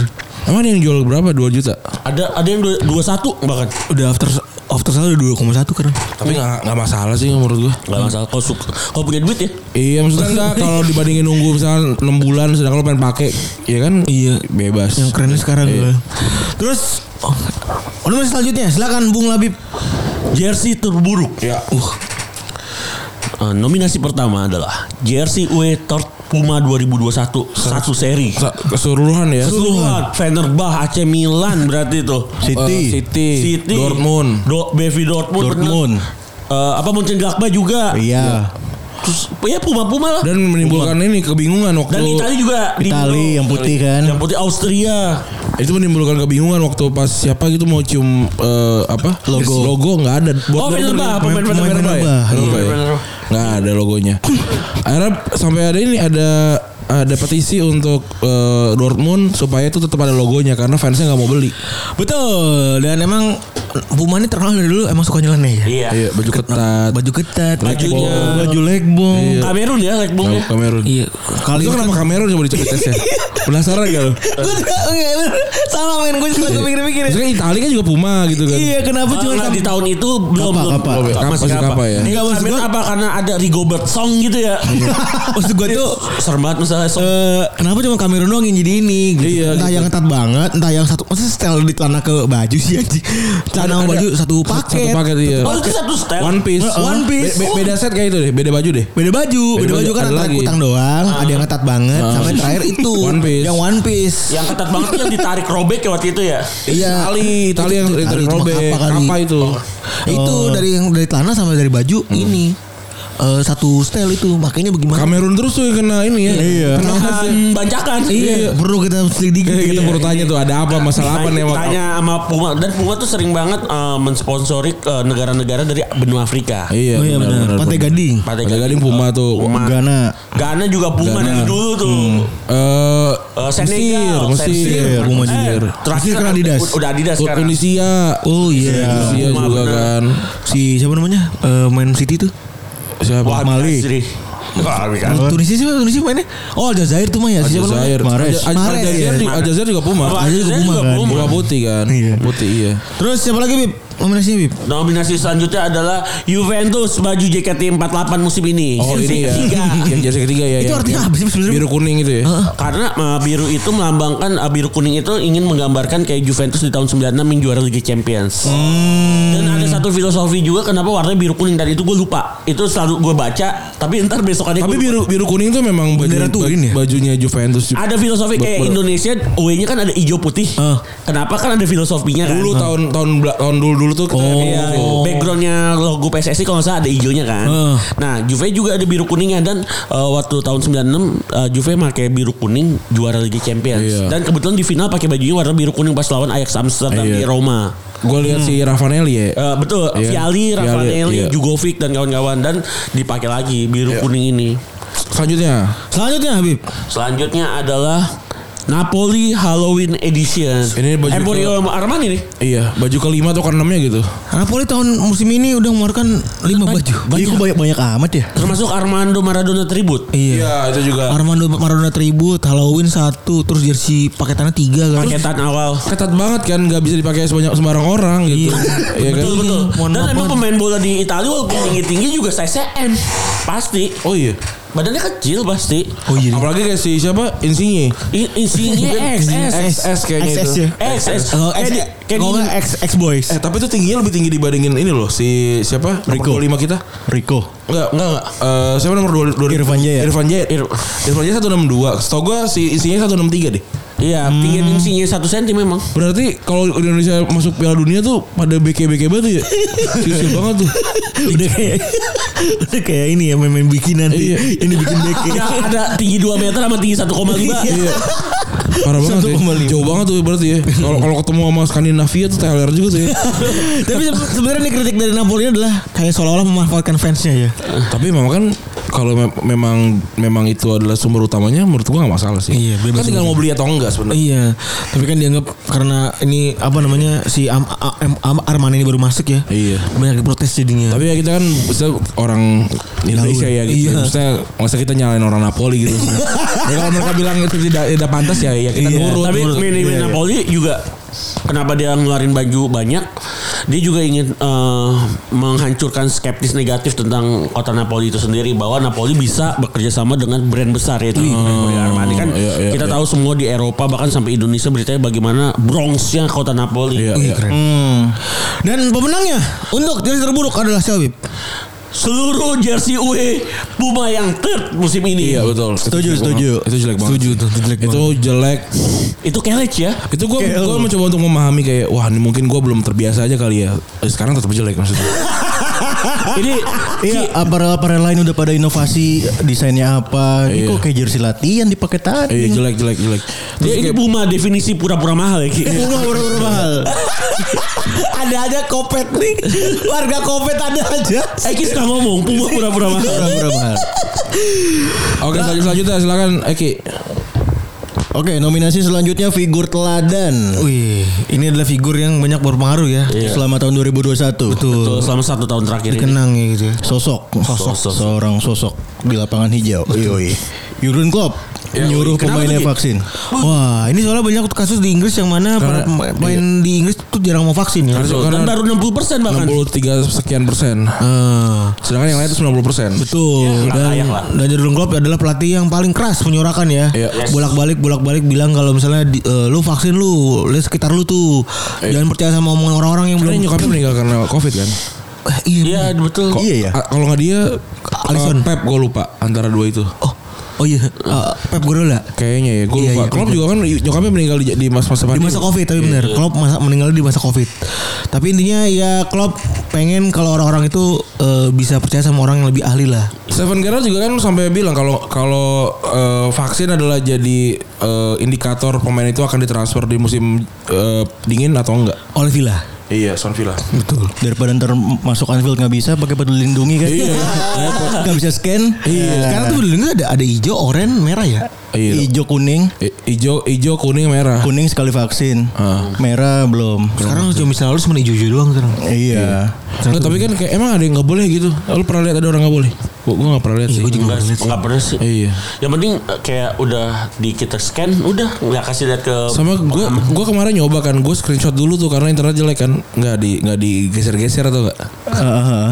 D: Emang ada yang jual berapa? 2 juta.
E: ada ada yang dua, dua satu bahkan
C: Udah after after sale udah 2,1 kan.
D: Tapi enggak enggak masalah sih menurut gua.
E: Gak masalah kalau suka- kalau punya duit ya
D: Iya
B: [laughs]
D: maksudnya enggak kalau dibandingin nunggu misalkan 6 bulan sedangkan lo pengen pakai ya kan
C: Iya.
D: bebas.
C: Yang kerennya sekarang Ya.
D: Iya.
C: gua.
B: Terus oh, nomor selanjutnya silakan Bung Labib.
E: jersey terburuk
D: Ya.
E: Uh. Eh, nominasi pertama adalah jersey UE Tort Puma 2021 satu seri.
D: Sa- keseluruhan ya.
E: Keseluruhan Fenerbah AC Milan berarti itu.
D: City.
E: Eh, City.
D: City. Dortmund.
E: Do BV Dortmund.
C: Dortmund.
E: bener. Eh, apa Mönchengladbach juga.
C: Iya.
E: Terus ya Puma-Puma lah.
D: Dan menimbulkan ini kebingungan waktu
E: Dan Itali juga. di-
C: Itali yang putih kan.
E: Yang putih Austria.
D: itu menimbulkan kebingungan waktu pas siapa gitu mau cium eh, apa
C: Logo.
D: logo nggak ada
E: Oh,
D: Dortmund.
E: Fenerbah, pemain
D: Pemain
E: Fenerbah ya?
D: Fenerbah.
C: Iya.
D: Fenerbah ya? nggak ada logonya akhirnya sampai ada ini ada ada petisi untuk eh, Dortmund supaya itu tetap ada logonya karena fansnya nggak mau beli
C: Betul. Dan emang Puma ini terkenal dari dulu emang suka nyeleneh ya.
E: Iya.
D: Iya, baju ketat
C: Baju ketat, Iya.
D: Bajunya.
C: baju legbong.
E: Kamerun ya
D: Tahu
E: Legbongnya.
D: Kamerun
C: Iya. Kali
D: itu
C: ini
D: kenapa Kamerun coba dicoba tes
C: [laughs]
D: ya? Penasaran gak lo?
B: Gue sama men gue
C: Iya.
B: juga mikir-mikir.
D: Maksudnya Itali kan juga Puma gitu kan?
B: Iya kenapa
E: Oh,
B: cuma
E: enggak, di
B: kamu
E: tahun itu belum
C: Kappa,
E: belum
C: kappa.
E: belum,
D: Kappa,
E: masih
D: masih
E: kappa.
D: kappa ya?
E: Enggak maksud gua- apa karena ada Rigobert Song gitu
C: [laughs]
E: ya.
C: maksud gua tuh
E: Serem banget misalnya Song.
C: eh, kenapa cuma Kamerun doang yang jadi ini gitu.
D: Iya,
C: entah
D: gitu.
C: yang ketat banget, entah yang satu maksudnya setel di celana ke baju sih anjing. Celana sama
D: Ada-
C: baju satu
D: Satu
C: paket.
D: paket iya.
E: Oh, itu satu step.
D: One Piece.
C: One Piece.
D: Be- be- beda set kayak itu deh, beda baju deh.
C: Beda baju, beda,
D: Beda
C: baju,
D: baju,
C: kan
D: ada
C: antara
D: lagi.
C: kutang doang, ada yang ketat banget sampai terakhir itu.
D: One Piece.
C: Yang One Piece.
E: Yang ketat banget tuh yang ditarik robek ya waktu itu ya.
C: Iya.
D: Itali, Itali yang
C: Itali
D: dari
C: itu
D: robek.
C: apa kali?
D: Apa Oh. itu?
C: Itu
D: Oh.
C: dari yang dari celana sama dari baju ini. Eh, satu style itu makanya bagaimana?
D: Kamerun terus tuh yang kena ini ya.
C: Iya.
D: Kena
E: Kan
D: hoax ya.
E: bancakan.
C: Iya, perlu kita Oh, selidiki.
D: Iya, Kita perlu tanya tuh ada apa masalah apa nih ya,
E: Tanya,
D: waktu.
E: tanya sama Puma dan Puma tuh sering banget eh, mensponsori eh, negara-negara dari benua Afrika.
D: Iya,
C: Oh iya benar. Pantai Gading.
E: Pantai
D: Pantai Gading
E: Gading.
D: Puma tuh.
E: Puma.
C: Ghana.
E: Ghana juga Puma
D: Ghana.
E: dari dulu tuh.
D: Eh,
E: Eh,
D: Mesir,
E: Senegal,
D: Mesir,
E: Mesir,
C: Puma
E: Eh,
C: juga.
E: Terakhir
C: Mesir kan Adidas.
E: Udah Adidas sekarang.
D: Tunisia.
C: Oh iya.
D: Tunisia
E: Puma
D: juga
E: bener.
D: kan.
C: Si siapa namanya? Eh, main City tuh.
E: Wah,
D: Siapa?
C: Mali.
E: Mali. Wah, kan.
C: Tunisia sih Tunisia mainnya. Oh Aljazair tuh mah ya. Si siapa namanya?
D: Aljazair.
C: Mahrez.
D: Al- Al-
C: Mahrez,
D: Aljazair
C: ya.
D: juga- Aljazair juga Puma.
E: Aljazair juga Puma.
D: Puma putih kan.
C: Iya.
D: Putih iya.
C: Terus siapa lagi Bib? Nominasinya Bib.
E: Nominasi selanjutnya adalah Juventus baju JKT48 musim ini.
D: Oh ini ya.
E: Ketiga.
D: Yang jersey ketiga ya.
C: Itu
D: yang-
C: artinya
D: yang
C: apa sih sebenarnya?
D: Biru kuning itu ya.
E: Karena eh, biru itu melambangkan eh, biru kuning itu ingin menggambarkan kayak Juventus di tahun 96 yang juara Liga Champions.
D: Hmm.
C: Hmm.
E: Dan ada satu filosofi juga kenapa warnanya biru kuning dan itu gue lupa. Itu selalu gue baca tapi ntar besokannya
D: Tapi
E: gua-
D: biru biru kuning tuh memang baju,
C: Bendera Turin ya?
D: bajunya Juventus.
E: ada filosofi
D: Ber-
E: kayak
D: ber-
E: Indonesia UE-nya kan ada hijau putih. Kenapa kan ada filosofinya
C: Nah.
E: kan?
D: dulu tahun tahun bela- tahun dulu dulu tuh gitu. kita
C: Oh.
E: Iya, backgroundnya logo PSSI kalau nggak salah ada hijaunya kan. Nah, Juve juga ada biru kuningnya dan uh, waktu tahun 96 uh, Juve pakai biru kuning juara Liga Champions.
D: Iya.
E: Dan kebetulan di final pakai bajunya warna biru kuning pas lawan Ajax Amsterdam
D: Iya.
E: di Roma.
D: gue lihat si Ravanelli ya.
E: Uh, betul,
D: Iya.
E: Viali, Ravanelli,
D: Vialli, iya.
E: Jugovic dan kawan-kawan dan dipakai lagi biru kuning ini.
D: Selanjutnya
C: Selanjutnya Habib.
E: Selanjutnya adalah Napoli Halloween Edition.
D: Ini baju
E: Emporio Armani nih.
D: Iya, baju kelima atau keenamnya gitu.
C: Napoli tahun musim ini udah mengeluarkan 5 baju. Banyak. Iya, banyak banyak amat ya.
E: Termasuk Armando Maradona Tribute.
C: Iya.
D: Iya, itu juga.
C: Armando Maradona tribute, Halloween satu, terus jersey paketannya tiga kan.
E: Paketan awal.
D: Ketat banget kan, nggak bisa dipakai sebanyak sembarang orang gitu. Iya kan?
E: Betul betul.
C: Mohon
E: Dan
C: maaf
E: emang
C: banget.
E: pemain bola di Italia walaupun tinggi tinggi juga size M pasti.
D: Oh iya.
E: Badannya kecil pasti.
C: Oh iya.
D: Apalagi kayak si siapa? Insigne.
E: I-
C: [laughs]
E: Isinya X
C: Insigne Iya,
E: X
C: X.
D: XS kayaknya
C: XS
D: itu.
C: ya?
E: X X.
C: Kalau
E: Kayak
C: X,
E: di- kayak
C: kalau
E: di-
C: nggak X, X Boys.
D: Eh tapi itu tingginya lebih tinggi dibandingin ini loh si siapa?
C: Rico.
D: Rico 5 kita.
C: Rico.
D: Enggak, enggak, enggak. Eh, siapa nomor 2?
C: Irfan Jaya.
D: Irfan Jaya. Ir- Irfan Jaya 162. Setau gue si isinya 163 deh.
E: Iya, tinggi
C: Hmm.
E: insinya satu senti
C: [laughs]
E: memang.
D: Berarti kalau Indonesia masuk Piala Dunia tuh pada beke-beke
C: [laughs]
D: banget ya. Sisil banget tuh.
C: udah kayak udah kayak ini ya main-main bikinan
D: Iya.
C: ini bikin beke.
E: Ya ada tinggi 2 meter sama tinggi 1,5.
D: Iya. Parah banget ya.
C: 1,5.
D: Jauh banget tuh berarti
C: [laughs]
D: ya. Kalau kalau ketemu sama Skandinavia tuh teler juga tuh ya.
C: Tapi se- sebenarnya nih kritik dari Napoli ini adalah kayak seolah-olah memanfaatkan fansnya ya.
D: Tapi memang kan kalau mem- memang memang itu adalah sumber utamanya menurut gua gak masalah sih.
C: Iya, bebas
D: kan tinggal mau beli atau enggak sebenarnya.
C: Iya, tapi kan dianggap karena ini apa namanya si Am, Am, Am Armani ini baru masuk ya.
D: Iya.
C: Banyak protes jadinya.
D: Tapi ya kita kan maksudnya orang Indonesia ya gitu.
C: Iya.
D: Maksudnya masa kita nyalain orang Napoli
C: [laughs]
D: gitu. ya kalau mereka bilang itu tidak tidak pantas ya ya kita
C: Iya.
D: nurut.
E: Tapi
D: nurut. Iya,
E: Mini
D: iya.
E: Napoli juga kenapa dia ngeluarin baju banyak? Dia juga ingin eh, menghancurkan skeptis negatif tentang kota Napoli itu sendiri bahwa Napoli bisa bekerja sama dengan brand besar yaitu Emporio Armani kan.
D: iya, iya,
E: kita
D: iya.
E: tahu semua di Eropa bahkan sampai Indonesia beritanya bagaimana Bronxnya kota Napoli.
D: Iya,
C: Wih,
D: iya.
C: keren. Dan pemenangnya untuk jersey terburuk adalah Shabib.
E: Seluruh jersey UE Puma yang third musim ini.
D: Iya betul. Itu
C: Setuju, setuju.
D: jelek banget. Itu jelek banget.
C: Setuju, itu jelek
D: Itu jelek.
E: Itu Kelec
D: [laughs]
E: ya.
D: Itu gue
C: Kayak
D: gue
C: lu.
D: mencoba untuk memahami kayak wah ini mungkin gue belum terbiasa aja kali ya. Eh, Sekarang tetap jelek maksudnya.
C: [laughs]
E: Ini
C: Iya, aparel-aparel lain udah pada inovasi desainnya apa. Ini
D: Iya.
C: kok kayak jersey latihan dipakai tadi.
D: Iya jelek jelek jelek.
E: dia
D: Terus Iya.
E: ini
D: kayak
E: Puma definisi pura-pura mahal ya. Ki.
C: Bunga baru-baru [laughs] mahal.
B: ada aja kopet nih warga kopet ada aja
E: Eh Ki suka ngomong Puma pura-pura mahal.
D: [laughs]
C: Baru-baru mahal.
D: oke selanjutnya, selanjutnya silakan Eki.
C: Oke, nominasi selanjutnya figur teladan. Wih, ini adalah figur yang banyak berpengaruh ya selama tahun 2021. Betul.
E: Tuh, selama satu tahun terakhir ini.
C: Dikenang ya gitu. ya. Sosok, sosok, seorang sosok di lapangan hijau. Yoi. Jurgen Klopp nyuruh pemainnya vaksin. Wah, ini soalnya banyak kasus di Inggris yang mana para pemain di Inggris tuh jarang mau vaksin ya.
D: Harus-
E: Dan
D: Karena-
E: kan baru 60 persen bahkan.
D: 63 sekian persen.
C: Ah,
D: Sedangkan yang lain itu 90 persen.
C: Betul.
E: nggak
C: dan,
E: layak lah.
C: dan Jurgen Klopp adalah pelatih yang paling keras penyorakan ya.
D: Iya.
C: Bolak-balik bolak-balik bilang kalau misalnya di- eh, lu vaksin lu, lihat sekitar lu tuh. Jangan percaya sama omongan orang-orang yang
D: Karena
C: belum
D: nyokapnya meninggal karena covid kan.
C: Eh, iya.
E: Iya betul.
C: Kok- Iya ya.
D: A- Kalau nggak dia,
C: Alisson.
D: eh, Pep gue lupa antara dua itu.
C: Oh, oh iya. Eh, Pep Guardiola.
D: Kayaknya ya, gue
C: Iya,
D: lupa.
C: iya,
D: Klopp juga kan i- nyokapnya meninggal di, di masa masa
C: di
D: pandemi.
C: masa covid tapi benar Klopp masa, meninggal di masa covid tapi intinya ya Klopp pengen kalau orang-orang itu eh, bisa percaya sama orang yang lebih ahli lah
D: Seven Gerrard juga kan sampai bilang kalau kalau eh, vaksin adalah jadi eh, indikator pemain itu akan ditransfer di musim eh, dingin atau enggak.
C: oleh Villa
D: Iya, Son Villa.
C: betul daripada ntar masuk Anfield nggak bisa pakai peduli lindungi kan
D: Iya.
C: [laughs] nggak bisa scan iya. sekarang tuh peduli lindungi ada ada hijau oranye merah ya
D: Iya.
C: hijau kuning
D: I- Ijo, ijo kuning merah.
C: kuning sekali vaksin merah belum Ah. sekarang cuma misalnya lu cuma hijau-hijau doang sekarang iya
D: Nggak, tapi kan kayak emang ada yang nggak boleh gitu. Lu pernah lihat ada orang nggak boleh? Gue Ya, gua nggak pernah lihat sih.
E: Enggak, enggak pernah sih.
D: Iya.
E: Yang penting eh, kayak udah di kita scan, udah nggak kasih lihat ke
D: Sama gue gua kemarin nyoba kan, gue screenshot dulu tuh karena internet jelek kan, nggak di nggak digeser-geser atau enggak?
C: Ah, Heeh.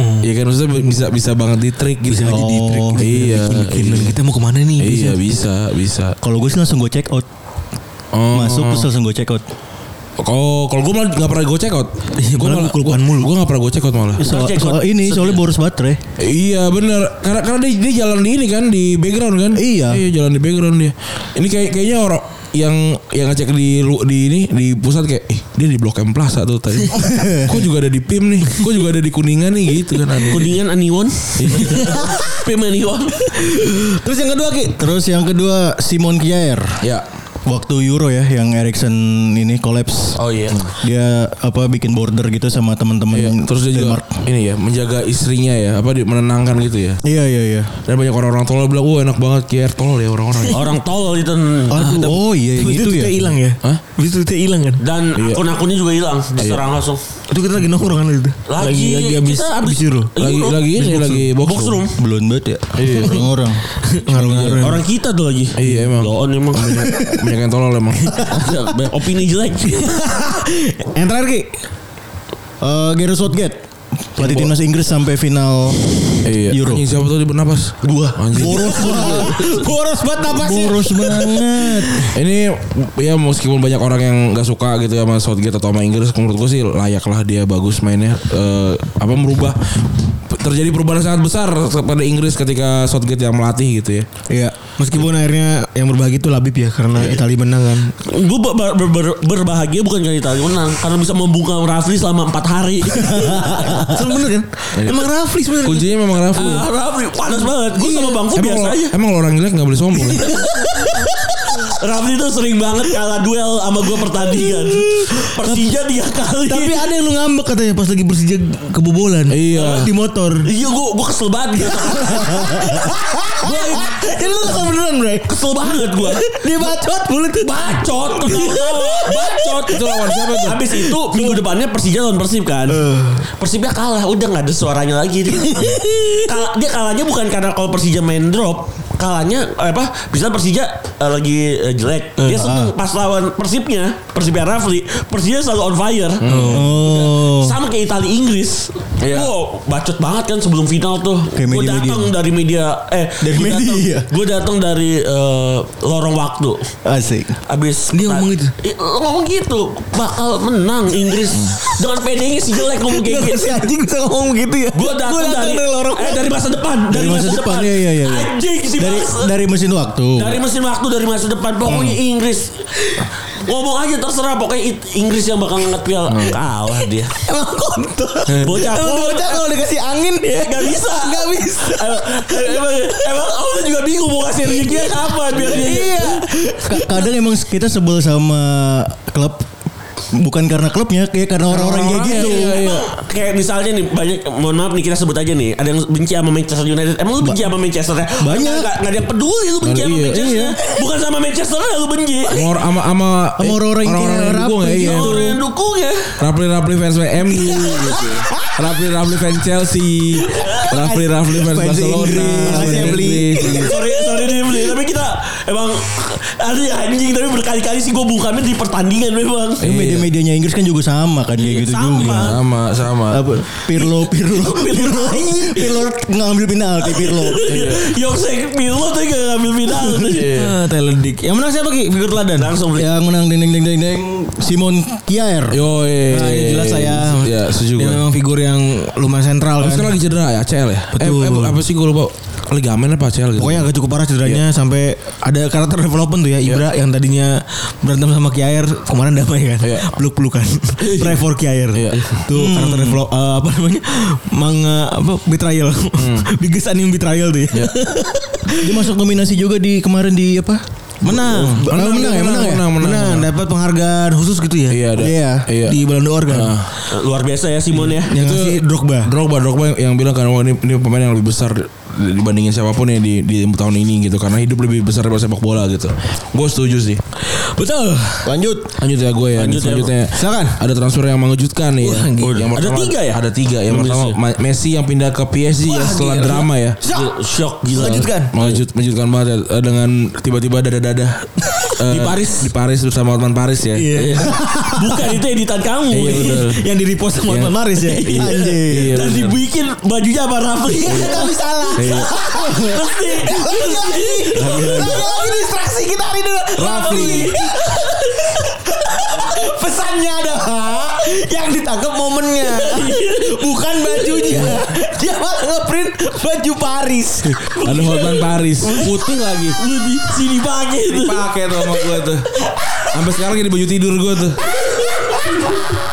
C: Oh.
D: Iya kan maksudnya bisa bisa banget di trick gitu.
C: Bisa aja di-trick.
D: Iya.
C: Gila, kita mau kemana nih
D: Iya bisa bisa.
C: kalau gue sih langsung gue check out
D: Oh.
C: masuk terus langsung gue check out
D: Oh, kalau gue malah nggak pernah gue check out.
C: Iya, malah gua kelupaan mulu. Iya.
D: Gue nggak pernah gue check out malah.
C: So,
E: check
C: soal
E: out.
C: ini soalnya boros baterai.
D: Iya benar. Karena karena dia, dia jalan di ini kan di background kan.
C: Iya.
D: Iya jalan di background dia. Ini kayak kayaknya orang yang yang ngecek di lu- di ini di pusat kayak eh, dia di Blok M Plaza tuh
C: [laughs]
D: tadi. Kok juga ada di PIM nih. Kok juga ada di Kuningan nih gitu kan. aneh. [laughs]
E: kuningan aniwon. Pim aniwon.
C: Terus yang kedua Ki. Terus yang kedua Simon Kjaer.
D: Ya.
C: waktu Euro ya yang Erikson ini collapse.
D: Oh iya.
C: Dia apa bikin border gitu sama teman-teman
D: Iya, terus dia juga
C: Denmark.
D: ini ya menjaga istrinya ya, apa di- menenangkan gitu ya.
C: Iya iya iya.
D: Dan banyak orang-orang tolol bilang, "Wah, enak banget KR tolol ya
C: [laughs]
D: orang-orang."
E: Orang tolol itu.
C: Aduh, oh iya gitu ya.
B: Itu hilang ya.
D: Hah?
B: Itu kita hilang kan.
E: Dan
D: Iya.
E: akun-akunnya juga hilang diserang langsung.
B: Itu kita lagi nongkrong kan itu.
E: Lagi
B: lagi habis
E: kita
B: habis Euro.
D: lagi
E: Euro.
D: lagi ini lagi box
E: Box
D: room.
E: room.
C: Belum Iya. banget ya. [laughs] Orang-orang.
B: Ngaruh-ngaruh.
E: Orang kita tuh lagi.
D: Iya emang.
E: Loon emang.
D: [laughs] Banyak yang tolol emang.
E: Opini jelek.
C: Yang terakhir Ki. Eh, Gareth Southgate. Pelatih timnas Inggris sampai final
D: Iya.
C: Euro.
D: Anjing siapa tuh di bernapas? Gua. Anjing.
C: Boros banget.
B: Boros banget napasnya.
C: Boros banget.
D: Ini ya meskipun banyak orang yang nggak suka gitu ya sama Southgate atau sama Inggris, menurut gue sih layak lah dia bagus mainnya. Eh, apa merubah terjadi perubahan sangat besar kepada Inggris ketika Southgate yang melatih gitu ya.
C: Iya.
B: Meskipun akhirnya yang berbagi itu Labib ya karena Italia menang kan.
E: Gue berbahagia bukan karena Italia menang, karena bisa membungkam Rafli selama 4
D: [laughs]
E: hari.
B: Seru bener kan? Emang Rafli sebenarnya.
D: Kuncinya memang Rafli.
E: Ah, Rafli panas banget. Gue sama Bang Fu
D: Iya. emang
E: biasa
D: lo-
E: aja.
D: emang lo orang jelek nggak boleh sombong. ya?
E: Rafli tuh sering banget kalah duel sama gue pertandingan. Persija tiga kali.
B: [laughs] Tapi ada yang lu ngambek katanya pas lagi Persija kebobolan.
D: Iya.
B: Oh, Di motor.
E: Iya gue gue kesel
D: [laughs]
E: banget. gitu. Gua
B: Jadi [laughs] lu kesel beneran Bray.
E: kesel banget gue.
B: Dia bacot mulut tuh.
E: Bacot, ketawa-tawa, bacot.
D: Itu lawan siapa tuh?
E: Habis itu minggu depannya Persija lawan Persib kan. Persibnya kalah, udah nggak ada suaranya lagi. Dia, Kal- dia kalahnya bukan karena kalau Persija main drop, kalahnya eh, apa? Bisa Persija eh, lagi eh, jelek. Dia seneng pas lawan Persibnya, Persibnya Rafli, Persija selalu on fire.
C: Oh.
E: Sama kayak Italia Inggris.
D: Iya.
E: Wow, bacot banget kan sebelum final tuh.
C: Kayak
E: Gue
C: media-media.
E: datang dari media eh
C: Dari media.
E: Gue datang dari eh, lorong waktu.
C: Asik.
E: Abis
B: Dia ngomong gitu?
E: Ih, lo ngomong gitu Bakal menang
C: [laughs]
E: Inggris Dengan pedenya si jelek ngomong kayak gitu
B: anjing bisa ngomong gitu ya.
E: Gue datang dari, eh, dari masa depan
C: Dari masa depan, iya, iya, iya.
E: Anjing si
C: Dari
E: masa- dari,
C: dari Hmm. mesin waktu.
E: mesin waktu Dari masa depan Pokoknya Inggris Ngomong aja terserah Pokoknya It- Inggris yang bakal ngangkat piala
C: Hmm.
E: Kalah dia
B: Emang kontol.
E: Bocah
B: Emang bocah kalau dikasih angin dia
C: Iya.
E: Gak bisa
B: nggak bisa.
E: Emang Emang Emang Allah juga bingung Mau kasih rezekinya kapan Biar dia
C: Iya. Ka- kadang emang kita sebel sama klub bukan karena klubnya kayak karena orang-orang kayak
E: Orangnya,
C: gitu.
E: iya, iya. Kayak misalnya nih banyak mohon maaf nih kita sebut aja nih ada yang benci sama Manchester United. Emang lu benci sama Manchester ya?
C: Banyak.
E: Gak, gak ada yang peduli lu benci
D: Iya,
E: sama
D: iya.
E: Manchester. ya. Bukan sama Manchester ya lu benci.
D: Sama or- sama sama
C: Sama orang-orang yang
D: yang
C: kayak
D: dukung ya,
C: Rafli.
D: iya.
E: Orang yang dukung ya.
D: Rafli Rafli fans MU gitu. Rafli Rafli fans Chelsea. Rafli Rafli fans
C: Fans
D: Barcelona.
C: Inggris,
D: fans
C: fans
D: Inggris.
E: sorry sorry nih beli. Tapi kita emang ada anjing tapi berkali-kali sih gue bungkamnya di pertandingan memang.
C: Eh, media-medianya Inggris kan juga sama kan kayak gitu
E: Sama.
C: juga.
D: Sama sama.
C: Apa Pirlo
B: [laughs]
C: Pirlo Pirlo Pirlo ngambil penalti Pirlo.
E: [laughs] Yoksek Pirlo tuh gak ngambil final.
C: Iya.
B: Ah, Teledik. Yang menang siapa Ki? Figur teladan.
E: Langsung beli.
C: Yang menang ding ding ding ding ding Simon Kjaer.
D: Yo, eh.
C: Ah,
B: Nah, ini jelas saya.
D: Ya, setuju.
B: Dia
D: gue.
B: memang figur yang lumayan sentral
D: Terus kan
B: kan.
D: lagi cedera ya ACL ya?
B: Betul.
D: Eh, eh, apa sih gue lupa ligamen apa ACL gitu?
B: Pokoknya agak cukup parah cederanya sampai ada karakter development tuh ya Ibra yang tadinya berantem sama Kiair kemarin damai kan.
D: Iya.
B: Peluk-pelukan. [laughs] Pray for Kiair.
D: Iya.
B: Tuh karakter develop eh, apa namanya? Manga apa betrayal.
D: Hmm.
B: [laughs] Biggest anime betrayal tuh
D: Iya.
B: [laughs] ya.
C: Dia masuk nominasi juga di kemarin di apa?
B: Menang.
C: Oh,
B: menang,
C: menang, menang,
B: ya, menang, ya?
D: menang, menang.
B: dapat penghargaan khusus gitu ya.
D: Iya, ada.
B: Iya.
D: Iya.
B: Di Ballon d'Or kan.
D: Ah.
E: Luar biasa ya Simon ya.
D: Iya.
B: Yang ngasih Drogba.
D: Drogba, Drogba yang- yang bilang kan wah ini, ini pemain yang lebih besar dibandingin siapapun ya di, di tahun ini gitu karena hidup lebih besar daripada sepak bola gitu. Gue setuju sih.
E: Betul.
C: Lanjut.
D: Lanjut ya gue ya.
E: Lanjut ya,
D: Selanjutnya
B: Silakan.
D: ada transfer yang mengejutkan nih. ya. yang
E: Ada tiga ya?
D: Ada tiga. Yang pertama Ma- Messi yang pindah ke PSG ya setelah drama ya.
E: Shock gila.
D: Mengejut, mengejutkan banget ya, eh, dengan tiba-tiba dada-dada eh,
E: Di Paris.
D: di Paris bersama Otman Paris ya.
E: Iya. Bukan itu editan kamu.
D: Iya, betul.
B: Yang di repost sama Otman Maris ya. Anjir.
D: Iya,
E: Dan
D: benar.
E: dibikin bajunya apa Rafli?
B: Tapi salah.
D: Iya.
E: Pasti.
B: Lagi-lagi distraksi kita hari ini.
D: Rafli.
B: Pesannya adalah yang ditangkap momennya, bukan bajunya.
G: Iya.
B: Dia malah ngeprint baju Paris.
D: Ada Otman Paris. Putih lagi.
E: Lu di sini pakai itu.
D: Pakai tuh sama gue tuh. Sampai sekarang jadi baju tidur gue tuh.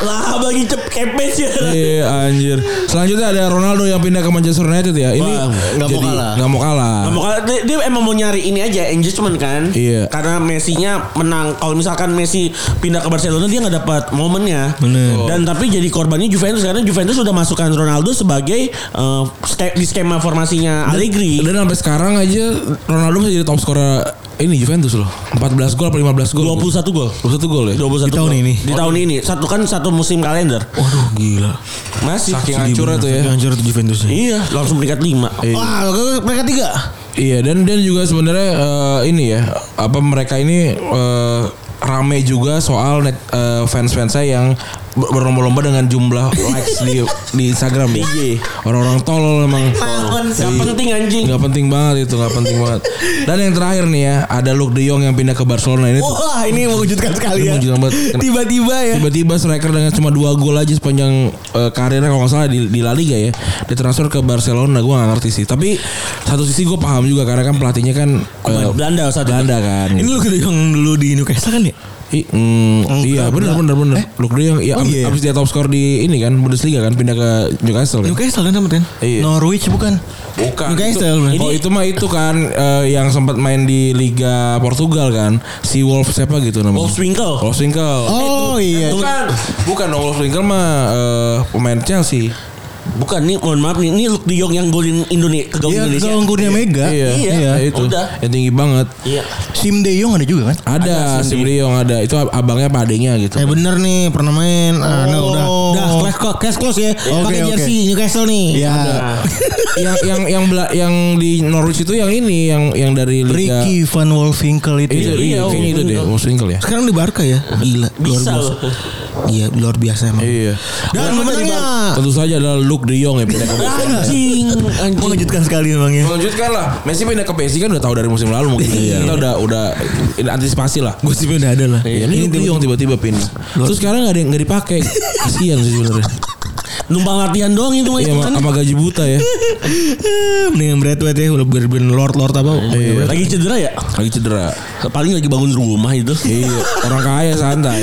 E: Lah bagi cep Kayak match ya.
D: Iya anjir. Selanjutnya ada Ronaldo yang pindah ke Manchester United ya. Ini
E: Wah,
C: nggak mau
D: jadi-
C: kalah.
D: Nggak mau kalah.
E: Nah, mau kalah. dia, dia emang mau nyari ini aja engagement kan.
D: Iya.
E: Karena Messi-nya menang. Kalau misalkan Messi pindah ke Barcelona dia nggak dapat momennya.
D: Bener.
E: Dan tapi jadi korbannya Juventus karena Juventus sudah masukkan Ronaldo sebagai eh, ske- di skema formasinya Allegri.
D: Dan sampai sekarang aja Ronaldo masih jadi top scorer ini Juventus loh. 14 gol apa 15 gol?
E: 21 gol.
D: 21 gol ya.
E: 21
G: Di tahun
E: gol.
G: ini?
E: Di tahun ini. Satu kan satu musim kalender.
G: Waduh gila.
E: Masih.
D: Saking hancurnya tuh ya.
G: Yang hancur tuh Juventusnya.
E: Iya, langsung peringkat 5.
C: Wah, mereka tiga.
D: Iya dan dan juga sebenarnya eh, ini ya apa mereka ini eh, rame juga soal net, eh, fans-fansnya yang ber- berlomba-lomba dengan jumlah likes di di Instagram ya. Orang-orang tolol emang.
E: Gak
D: Iya.
E: penting anjing.
D: Gak penting banget itu, gak penting banget. Dan yang terakhir nih ya, ada Luke De Jong yang pindah ke Barcelona ini
E: Oh,
D: tuh.
C: Wah, ini mengejutkan sekali ya.
D: mengejutkan banget. Kenapa?
C: Tiba-tiba ya.
D: Tiba-tiba striker dengan cuma dua gol aja sepanjang eh, karirnya kalau nggak salah di, di La Liga ya ditransfer ke Barcelona gue nggak ngerti sih tapi satu sisi gue paham juga karena kan pelatihnya kan eh,
E: Belanda saat itu.
D: Belanda kan
G: Ini lu gitu yang dulu di Newcastle kan ya?
D: I- mm, iya benar benar benar Luke De Jong iya,
G: Oh,
D: abis,
G: iya.
D: abis dia top skor di ini kan Bundesliga kan pindah ke Newcastle kan?
G: Newcastle kan temen kan?
D: Iya.
G: Norwich bukan?
D: Bukan.
G: Newcastle,
D: Itu,
G: man.
D: oh itu mah itu kan eh, yang sempat main di Liga Portugal kan. Si Wolves siapa gitu namanya.
E: Wolfswinkel.
D: Wolfswinkel.
C: Oh iya.
D: Bukan. Bukan dong Wolfswinkel mah eh, pemain Chelsea.
E: Bukan nih, mohon maaf nih, ini Luke De Jong yang golin Indonesia ke gawang
G: Iya,
E: Indonesia.
G: kalau Kurnia Mega.
D: Iya,
E: Iya.
D: iya, itu.
E: Udah.
D: Yang tinggi banget.
E: Iya.
G: Sim De Jong ada juga kan?
D: Ada, si
E: Cindy.
D: Briong ada. Itu ab- abangnya apa adiknya gitu.
C: Eh bener nih pernah main. Ah, nah, udah.
E: Oh.
C: Udah, clash close, clash close ya. Pakai
G: Oh. oke.
C: jersey Newcastle nih.
G: Iya.
D: yang yang yang bela- yang di Norwich itu yang ini yang yang dari Liga
G: Ricky Van Wolfinkel itu.
D: Itu,
G: ya.
D: iya, kayaknya itu deh, Wolfswinkel ya.
C: Sekarang di Barca ya. Gila, luar
E: Bisa
C: biasa.
E: loh.
C: Iya, luar biasa emang.
D: Iya.
C: Dan pemenangnya
D: Tentu saja adalah Luke De Jong ya pindah ke [laughs]
E: Anjing, anjing.
G: Mengejutkan sekali emang ya.
D: Lanjutkan lah. Messi pindah ke PSG kan udah tahu dari musim lalu mungkin. Kita udah udah ini antisipasi lah.
G: Gosipnya udah ada lah.
D: Iya, ini Luke De Jong tiba-tiba pindah. Terus sekarang nggak ada yang nggak dipakai. [laughs] Kasihan sih sebenarnya.
E: Numpang latihan doang itu
D: Iya, sama,
E: kan.
D: sama gaji buta ya.
G: Mendingan Bradway ya udah bener-bener lord-lord apa.
D: Iya.
E: Lagi cedera ya?
D: Lagi cedera.
E: Paling lagi bangun rumah itu.
D: Iya, orang kaya santai.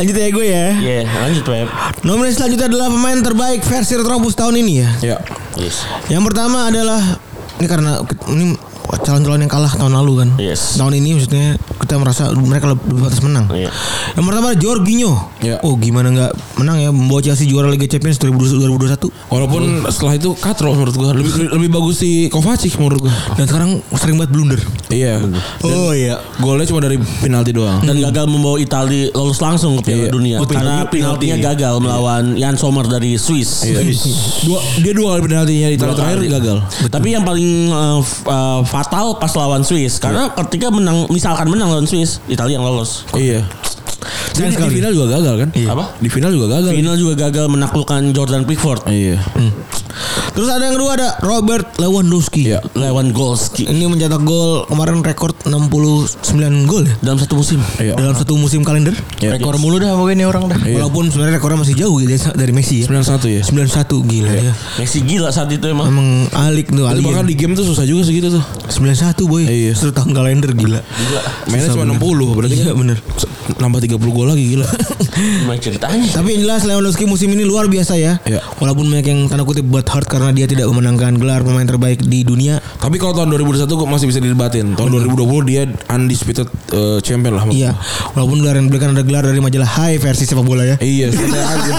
C: Lanjut ya gue ya.
E: Iya, lanjut Pep.
C: Nominasi selanjutnya adalah pemain terbaik versi Retrobus tahun ini ya.
D: Ya.
E: Yes.
C: Yang pertama adalah ini karena ini calon-calon yang kalah tahun lalu kan.
E: Yes.
C: Tahun ini maksudnya kita merasa mereka lebih pantas menang.
E: Iya.
C: Yang pertama ada Jorginho.
D: Iya.
C: Oh, gimana nggak menang ya membawa Chelsea juara Liga Champions 2021.
D: Walaupun setelah itu katro menurut gua lebih lebih- lebih bagus si Kovacic menurut gua.
C: Dan sekarang sering banget blunder.
D: Iya.
C: Oh iya.
D: Golnya cuma dari penalti doang.
E: Dan gagal membawa Itali lolos langsung ke Piala
D: Iya.
E: Dunia Iya.
D: Oh,
E: karena penaltinya gagal melawan Jan Sommer dari Swiss.
D: Dua, dia dua kali penaltinya di
E: Dua
D: terakhir, terakhir
E: kali.
D: gagal.
E: Tapi yang paling eh, f- eh, fatal pas lawan Swiss karena ketika menang misalkan menang lawan Swiss, Italia yang lolos.
D: Iya. Jadi di final juga gagal kan? Apa? Di final juga gagal.
E: Final juga gagal menaklukkan Jordan Pickford
D: Iya.
C: Terus ada yang kedua ada Robert Lewandowski.
D: Iya.
E: lawan Golski
C: Ini mencetak gol kemarin rekor 69 gol ya.
E: dalam satu musim.
D: Iya.
C: Dalam satu musim kalender.
D: Iya.
G: Rekor mulu dah pokoknya nih orang dah.
D: Iya.
C: Walaupun sebenarnya rekornya masih jauh gitu ya dari Messi ya.
D: 91 ya.
C: 91 gila ya.
E: Messi gila saat itu emang.
C: Emang alik tuh
D: Iya. Itu bahkan
C: alien.
D: di game tuh susah juga segitu tuh.
C: 91 boy.
D: Iya.
C: Satu tahun kalender gila.
D: Mainnya cuma 60 berarti
C: Iya
D: kan
C: bener.
D: nambah 30 gol lagi [laughs] gila.
E: Gimana ceritanya?
C: Tapi yang jelas Lewandowski musim ini luar biasa ya.
D: Iya.
C: Walaupun banyak yang tanda kutip buat hard karena dia tidak memenangkan gelar pemain terbaik di dunia.
D: Tapi kalau tahun 2021 gua masih bisa didebatin. Tahun 2020 dia undisputed eh, champion lah.
C: Iya. Walaupun gelar yang diberikan ada gelar dari majalah High versi sepak bola ya.
D: Iya, santai aja.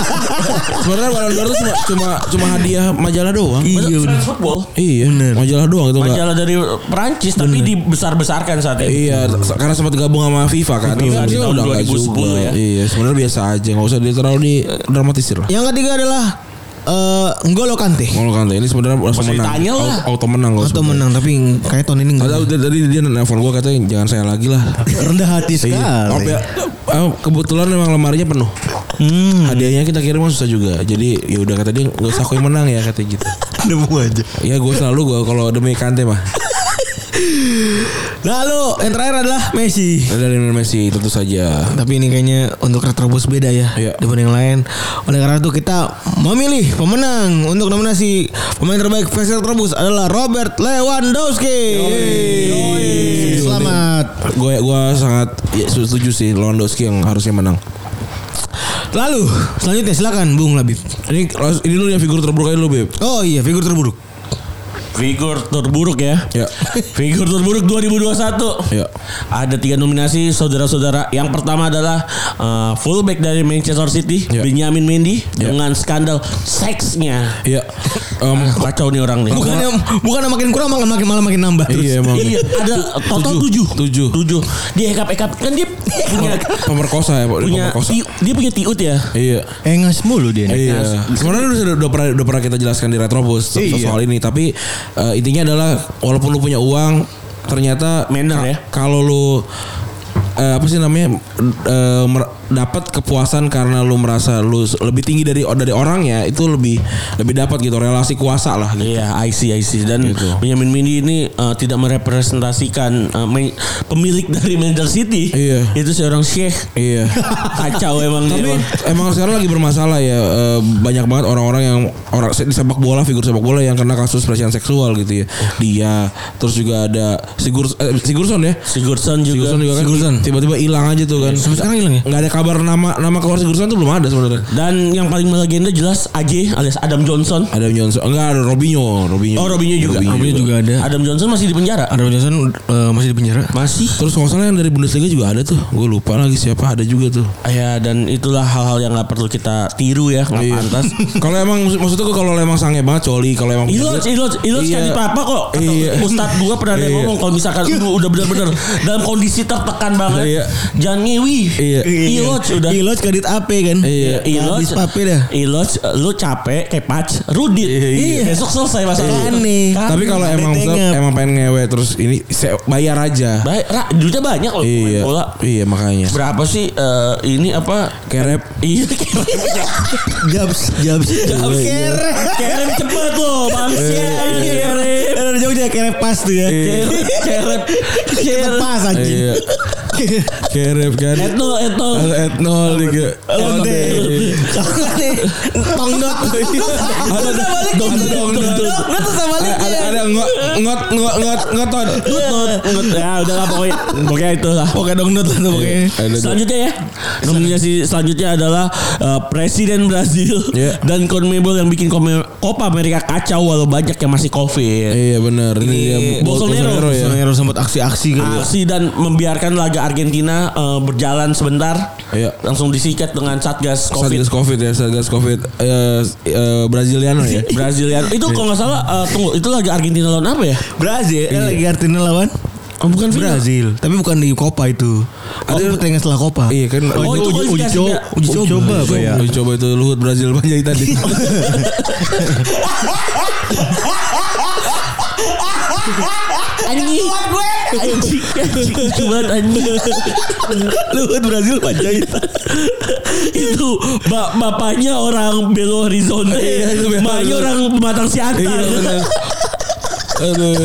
D: Sebenarnya Ballon d'Or tuh cuma cuma cuma hadiah majalah doang.
E: Iya, France Football.
D: Iya, majalah doang itu enggak.
E: Majalah dari Perancis tapi dibesar-besarkan saat itu.
D: Iya, karena sempat gabung sama FIFA kan. Tapi
E: Iya, di
D: harusnya
E: tahun
D: udah nggak
E: 2010
D: juga.
E: ya.
D: Iya, sebenarnya biasa aja, nggak usah di terlalu di dramatisir lah.
C: Yang ketiga adalah eh N'Golo Kante.
D: Kalau kan ini sebenarnya langsung
E: Masih
D: menang.
E: ditanya lah.
D: Auto, auto menang kalau
C: Atau
D: sebenarnya.
C: menang tapi kayak tahun ini enggak.
D: Nggak tahu dia- tadi dia nelfon gue katanya jangan saya lagi lah.
G: Rendah hati
C: Iya.
E: Iya,
D: Apa
G: sekali.
D: ya, eh, kebetulan memang lemarinya penuh. Hadiahnya kita kirim susah juga. Jadi ya udah kata dia gak usah aku yang menang ya kata gitu.
G: Nemu aja.
D: Ya gue selalu gue kalau demi kante mah.
C: Lalu yang terakhir adalah Messi.
D: Ada Lionel Messi tentu saja.
C: Tapi ini kayaknya untuk Retrobus beda ya
D: Iya.
C: dibanding yang lain. Oleh karena itu kita memilih pemenang untuk nominasi pemain terbaik versi Retrobus adalah Robert Lewandowski. Yeay. Selamat.
D: Gue gue sangat ya, setuju sih Lewandowski yang harusnya menang.
C: Lalu selanjutnya silakan Bung Labib.
D: Ini ini dulu yang figur terburuk aja dulu, Beb.
C: Oh iya figur terburuk.
E: Figur terburuk ya.
D: Ya.
E: [laughs] Figur terburuk 2021.
D: Ya.
E: Ada tiga nominasi saudara-saudara. Yang pertama adalah eh, fullback dari Manchester City,
D: Ya.
E: Benjamin Mendy
D: Ya.
E: dengan skandal seksnya.
D: Iya. Em,
E: Kacau nih orang nih.
C: Bukannya bukannya makin kurang malah makin malah makin nambah terus.
D: iya emang.
E: Iya, ada total tujuh. Oh.
D: Tujuh.
E: Tujuh. Dia ekap-ekap kan dia punya
D: Pemerkosa ya, Pak.
E: punya
D: Pemerkosa.
E: tiu- dia punya tiut ya.
D: Iya.
C: Engas mulu dia. nih.
D: Iya. Sebenarnya udah, udah, udah pernah udah pernah kita jelaskan di Retrobus so-
C: Iya.
D: soal ini, tapi eh, intinya adalah walaupun lu punya uang, ternyata
E: Manner ya.
D: Kalau lu eh, apa sih namanya eh, mer- dapat kepuasan karena lu merasa lu s- lebih tinggi dari dari orangnya itu lebih lebih dapat gitu relasi kuasa lah gitu.
E: Iya, I see, I see. Dan
D: Gitu.
E: Benjamin Mendy ini uh, tidak merepresentasikan uh, main- pemilik dari Manchester City.
D: Iya.
E: Itu seorang
D: [laughs]
E: Sheikh.
D: Iya.
E: Kacau emang dia.
D: Tapi
E: emang.
D: emang sekarang lagi bermasalah ya eh, banyak banget orang-orang yang orang se- di sepak bola figur sepak bola yang kena kasus pelecehan seksual gitu ya. Dia terus juga ada Sigur eh, Sigurdsson ya.
E: Sigurdsson juga.
D: Sigurdsson juga kan tiba-tiba hilang aja tuh kan.
C: Sampai sekarang hilang ya?
D: Nggak ada kabar nama nama keluar Sigurdsson tuh belum ada sebenarnya.
E: Dan yang paling melegenda jelas AJ alias Adam Johnson.
D: Ada Johnson, enggak ada Robinho, Iya. Robinho. Ah.
E: Oh, Robinho juga.
C: Robinho juga ada.
E: Adam Johnson masih di penjara.
C: Adam Johnson eh, masih di penjara.
E: Masih.
D: Terus kalau nggak salah yang dari Bundesliga juga ada tuh. Gue lupa lagi siapa ada juga tuh.
E: Ya dan itulah hal-hal yang nggak perlu kita tiru ya, nggak
D: Iya. [laughs]
E: pantas.
D: kalau emang maksudnya gue kalau emang sange banget coli, kalau emang
E: Ilot, Ilot, Ilot
D: Iya.
E: kan apa kok? Kata
D: Iya.
E: Ustadz gua pernah ada yang
D: Iya.
E: ngomong kalau
D: [laughs]
E: misalkan lu udah benar-benar dalam kondisi tertekan banget,
D: Iya.
E: jangan ngewi.
D: Iya.
E: Ilot udah.
C: Iloj kadit AP kan.
D: Iya.
E: Ilot,
C: Habis pape dah.
E: Ilot, lu capek, kepac, rudit.
D: Iya.
E: Besok selesai masalah.
C: Kan
E: lu.
C: nih.
E: Kan.
D: Tapi kalau
C: ada
D: emang
C: tengap.
D: Ustaz, emang pengen ngewe terus ini se- bayar aja.
E: Baik, Ra, duitnya banyak loh pemain
D: Iya.
E: bola.
D: Iya makanya.
E: Berapa sih eh, ini apa?
D: Kerep.
E: Iya, keren.
C: Jabs,
D: [laughs]
C: jabs. Iya. Jabs kere.
E: Keren cepet loh, bangsa. Keren.
C: Ada jauh dia kere pas tuh ya.
E: Keren.
C: Kere
E: Keren.
C: pas anjing.
D: Iya.
C: [laughs]
D: Kerep kan.
E: Etno, etno.
D: Al- Etno liga.
C: Lonte.
D: Iya. [laughs]
C: Tongdot.
D: Ada dong dong dong.
C: Nggak gitu. tuh sama ya.
D: Ada ada- ada ngot ngot ngot ngot ngotot.
E: Nut, nut. Ya udah lah pokoknya. Pokoknya itu lah.
C: Oke dongdot lah tuh pokoknya.
D: Ada dong.
E: Selanjutnya ya. Nominasi selanjutnya adalah eh, Presiden Brazil
D: Iya.
E: dan CONMEBOL yang bikin Kome- Copa Amerika kacau walau banyak yang masih COVID.
D: Iya benar. Ini dia
E: Bolsonaro.
D: ya.
C: Sonero sempat aksi-aksi
D: gitu. Iya.
C: kan.
E: Aksi dan membiarkan laga Argentina eh, berjalan sebentar.
D: Iya.
E: Langsung disikat dengan Satgas COVID.
D: Satgas Covid ya, Satgas Covid eh eh, Braziliano ya.
E: Brazilian. Itu kalau nggak salah eh, tunggu, itu lagi Argentina lawan apa ya?
C: Brazil
D: Iya.
C: eh, lagi Argentina lawan
E: Oh, bukan final.
C: Brazil, tapi bukan di Copa itu. Ada pertandingan setelah Copa.
D: Iya kan
C: Oh,
E: Oh, itu
C: uji, uji,
E: kualifikasi,
C: co-
E: ya?
C: uji
D: Uji
C: coba,
D: coba,
C: Pak, ya.
D: uji coba itu Luhut Brazil Panjaitan [laughs] tadi.
E: Anjing. Anjing. Anjing. Lucu banget anjing. Luhut Brazil Panjaitan. itu ba- bapaknya orang Belo Horizonte.
D: Iya, itu Belo
E: Maknya
D: Horizonte.
E: orang Pematang Siantar.
D: Iya benar. Aduh.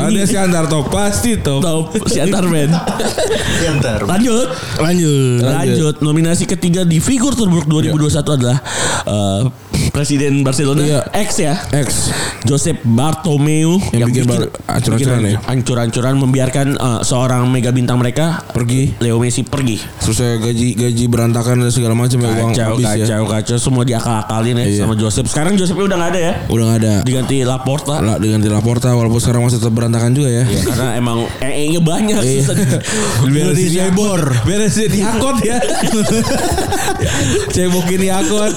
D: Ada si antar top pasti top.
E: Tau Siantar men.
B: Siantar.
E: Lanjut.
C: Lanjut.
E: Lanjut. Nominasi ketiga di figur terburuk
D: Iya.
E: 2021 adalah eh, Presiden Barcelona
D: Iya.
E: X ya.
D: X
E: Josep Bartomeu
D: Yang bikin bar- ancur-ancuran ya?
E: ancur-ancuran membiarkan eh, seorang mega bintang mereka
D: pergi.
E: Leo Messi pergi.
D: Terus saya gaji gaji berantakan dan segala macam ya uang
E: Kacau,
D: habis ya.
E: kacau, kacau. Semua diakal-akalin ya
D: Iya.
E: sama Josep. Sekarang Josepnya udah nggak ada ya.
D: Udah nggak ada.
E: Diganti Laporta.
D: Lah dengan di Laporta walaupun sekarang masih tetap berantakan juga ya.
E: Ya, karena emang ee-nya banyak.
D: Iya.
E: susah.
D: [laughs] Biar
C: Di
D: si
C: Cebor.
D: Beres dia diangkut ya. Cebokin diangkut.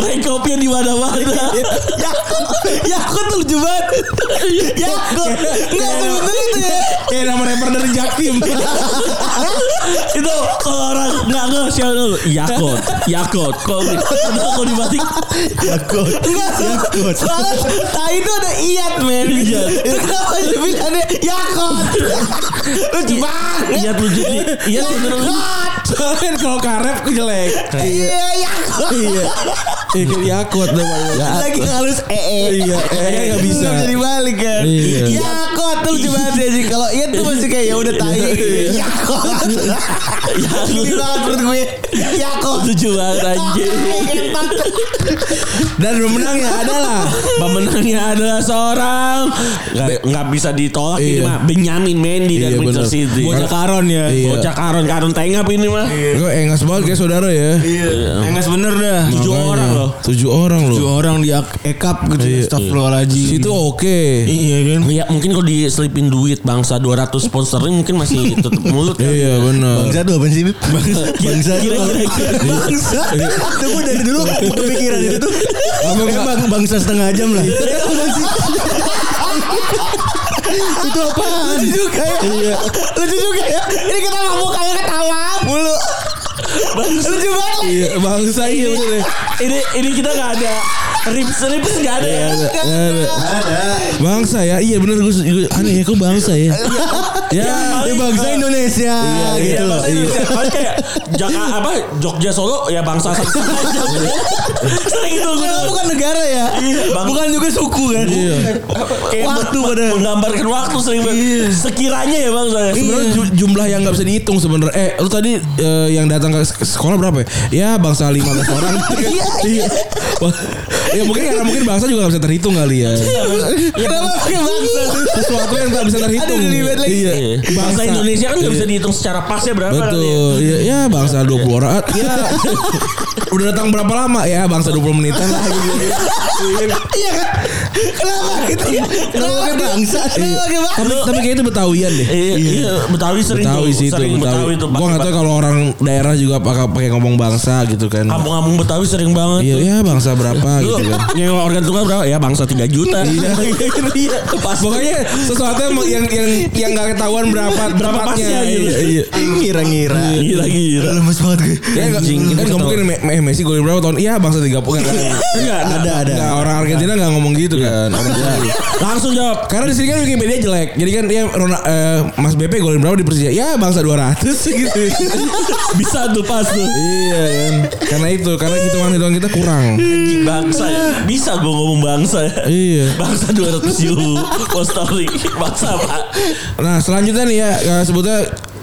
E: Rekopnya di mana-mana.
D: Iya.
C: Ya aku tuh lucu banget. Ya aku. Enggak sebenernya itu ya.
D: Kayak Eh, nama rapper dari Jaktim.
E: Itu kalau orang nggak nggak siapa dulu. Yakot, Yakot. Kalau ada aku dibatik, Yakot.
C: Enggak sebenernya. Soalnya tai itu ada iat men.
E: Iya.
C: Itu kenapa dibilangnya yakot. Lucu banget.
E: Iya lucu nih. Iya
B: Oh
E: beneran.
D: Soalnya kalau karep jelek.
C: Iya yakot.
D: Iya. Iya kayak
B: Iya.
D: diangkut namanya.
B: eh.
C: Lagi halus ee.
D: Iya, eh nggak bisa.
C: Nggak bisa dibalik kan.
D: Iya.
C: Yakot.
B: Yakot tuh lucu banget sih anjing. Kalau iya tuh masih kayak ya udah tai. Yakot. Geli banget menurut gue. Iya, Yakot.
E: Lucu banget anjing.
D: Dan pemenangnya adalah
E: Pemenangnya adalah seorang nggak nggak bisa ditolak ini
D: Iya.
E: mah Benyamin Mendy
D: Iya,
E: dan Windsor
D: bener.
E: City.
D: Bocah
E: Karon ya.
C: Iya.
B: Iya.
E: Bocah Karon Karon tengah ini mah.
D: Gue engas banget kayak saudara ya
C: Enggak bener dah.
E: Tujuh
D: Makanya.
E: orang loh.
D: Tujuh orang loh
C: Tujuh orang di ak- ekap gitu.
B: Iya.
C: ya. Astagfirullahaladzim.
D: Situ oke
C: Iya kan.
E: Iya mungkin kalau diselipin duit bangsa 200 sponsornya mungkin [laughs] masih tutup mulut. ya.
D: Iya benar.
C: Bangsa tuh apa sih? Bib?
B: [laughs]
C: Bangsa tuh apa?
B: Bangsa. Tuh gue dari dulu
D: Iya.
B: kepikiran itu tuh.
C: Emang emang bangsa setengah jam lah.
D: Iya.
B: Iya, Itu apaan? Lucu juga ya. Lucu juga ya. Ini kita mau kayak ketawa mulu. Lucu banget. lah.
D: Iya bangsa iya bener ya.
E: Ini ini kita nggak ada rips rips nggak ada. ya.
C: iya,
D: Ada. Bangsa ya. Iya bener gue gue- aneh ya kok bangsa
B: Iya.
D: ya. ya Iya,
C: Ini bangsa Indonesia
E: Nah,
C: gitu loh.
E: pasti Indonesia. Paling iya. kayak Jaka apa Jogja Solo gitu, ya bangsa satu Sering
C: Iya,
E: itu gue
B: Padahal bukan negara ya.
E: bang-
B: Bukan juga suku kan.
E: kayak
B: Waktu
E: meng-
B: pada-
C: Iya,
E: menggambarkan waktu sering banget. Sekiranya ya bang saya.
D: sebenarnya ju- jumlah yang nggak bisa dihitung sebenarnya. Eh lu tadi eh, yang datang ke sek- sekolah berapa ya? Ya bangsa 15 orang. Iya. Wah. Ya mungkin karena mungkin bangsa juga nggak bisa terhitung kali ya.
B: Kenapa
C: Iya,
B: pakai bangsa?
D: Sesuatu yang nggak bisa terhitung.
B: Aduh, dilihat lagi.
D: Iya.
E: Bangsa Indonesia kan nggak bisa dihitung secara pasnya berapa kali ya.
D: Betul. Ya, ya bangsa 20 orang. Ah, Ya. [laughs] Udah datang berapa lama? Ya bangsa 20 menitan lah.
B: Iya kan? Kenapa gitu
C: Iya.
B: ya? Kenapa pakai bangsa? Kenapa pakai bangsa?
D: Iya, kan? tapi tapi kayak itu Betawian deh.
E: Iya, iya, Betawi sering
D: Betawi
E: tuh,
D: sih itu,
E: sering Betawi,
D: Betawi.
E: tuh.
D: Gua enggak tahu kalau orang daerah juga pakai pakai ngomong bangsa gitu kan.
E: Kampung-kampung Betawi sering banget.
D: Iya,
E: tuh.
D: ya bangsa berapa
E: Lu
D: gitu kan.
E: [laughs] nyewa organ tunggal berapa? Ya bangsa
D: [laughs]
E: 3 juta. Iya. Pas
D: Pokoknya sesuatu yang yang yang yang gak ketahuan berapa
E: Berapa pasnya,
D: tepatnya.
E: gitu.
D: Iya, iya.
C: Ngira-ngira.
B: Iya.
E: gila gila.
C: Lemes banget gue.
D: Ya enggak
E: Anjing,
D: kan
E: kita
D: nggak mungkin Me- Me- Messi golin berapa tahun? Iya, bangsa 30 kan.
E: Enggak,
C: Ada ada.
D: Enggak, orang Argentina enggak ngomong gitu
E: Iya.
D: kan. Orang Betawi.
E: Langsung jawab.
D: Karena di sini kan Wikipedia jelek. Jadi kan dia Rona, eh, Mas BP golin berapa di Persija? Ya bangsa 200 [laughs] gitu.
E: [laughs] Bisa tuh pas tuh.
D: iya kan. Karena itu, karena hitungan-hitungan kita kurang.
E: Anjing bangsa ya. Bisa gue ngomong bangsa ya.
D: Iya.
E: Bangsa 200 euro Costa Rica Bangsa apa
D: Nah, selanjutnya nih ya eh, sebutnya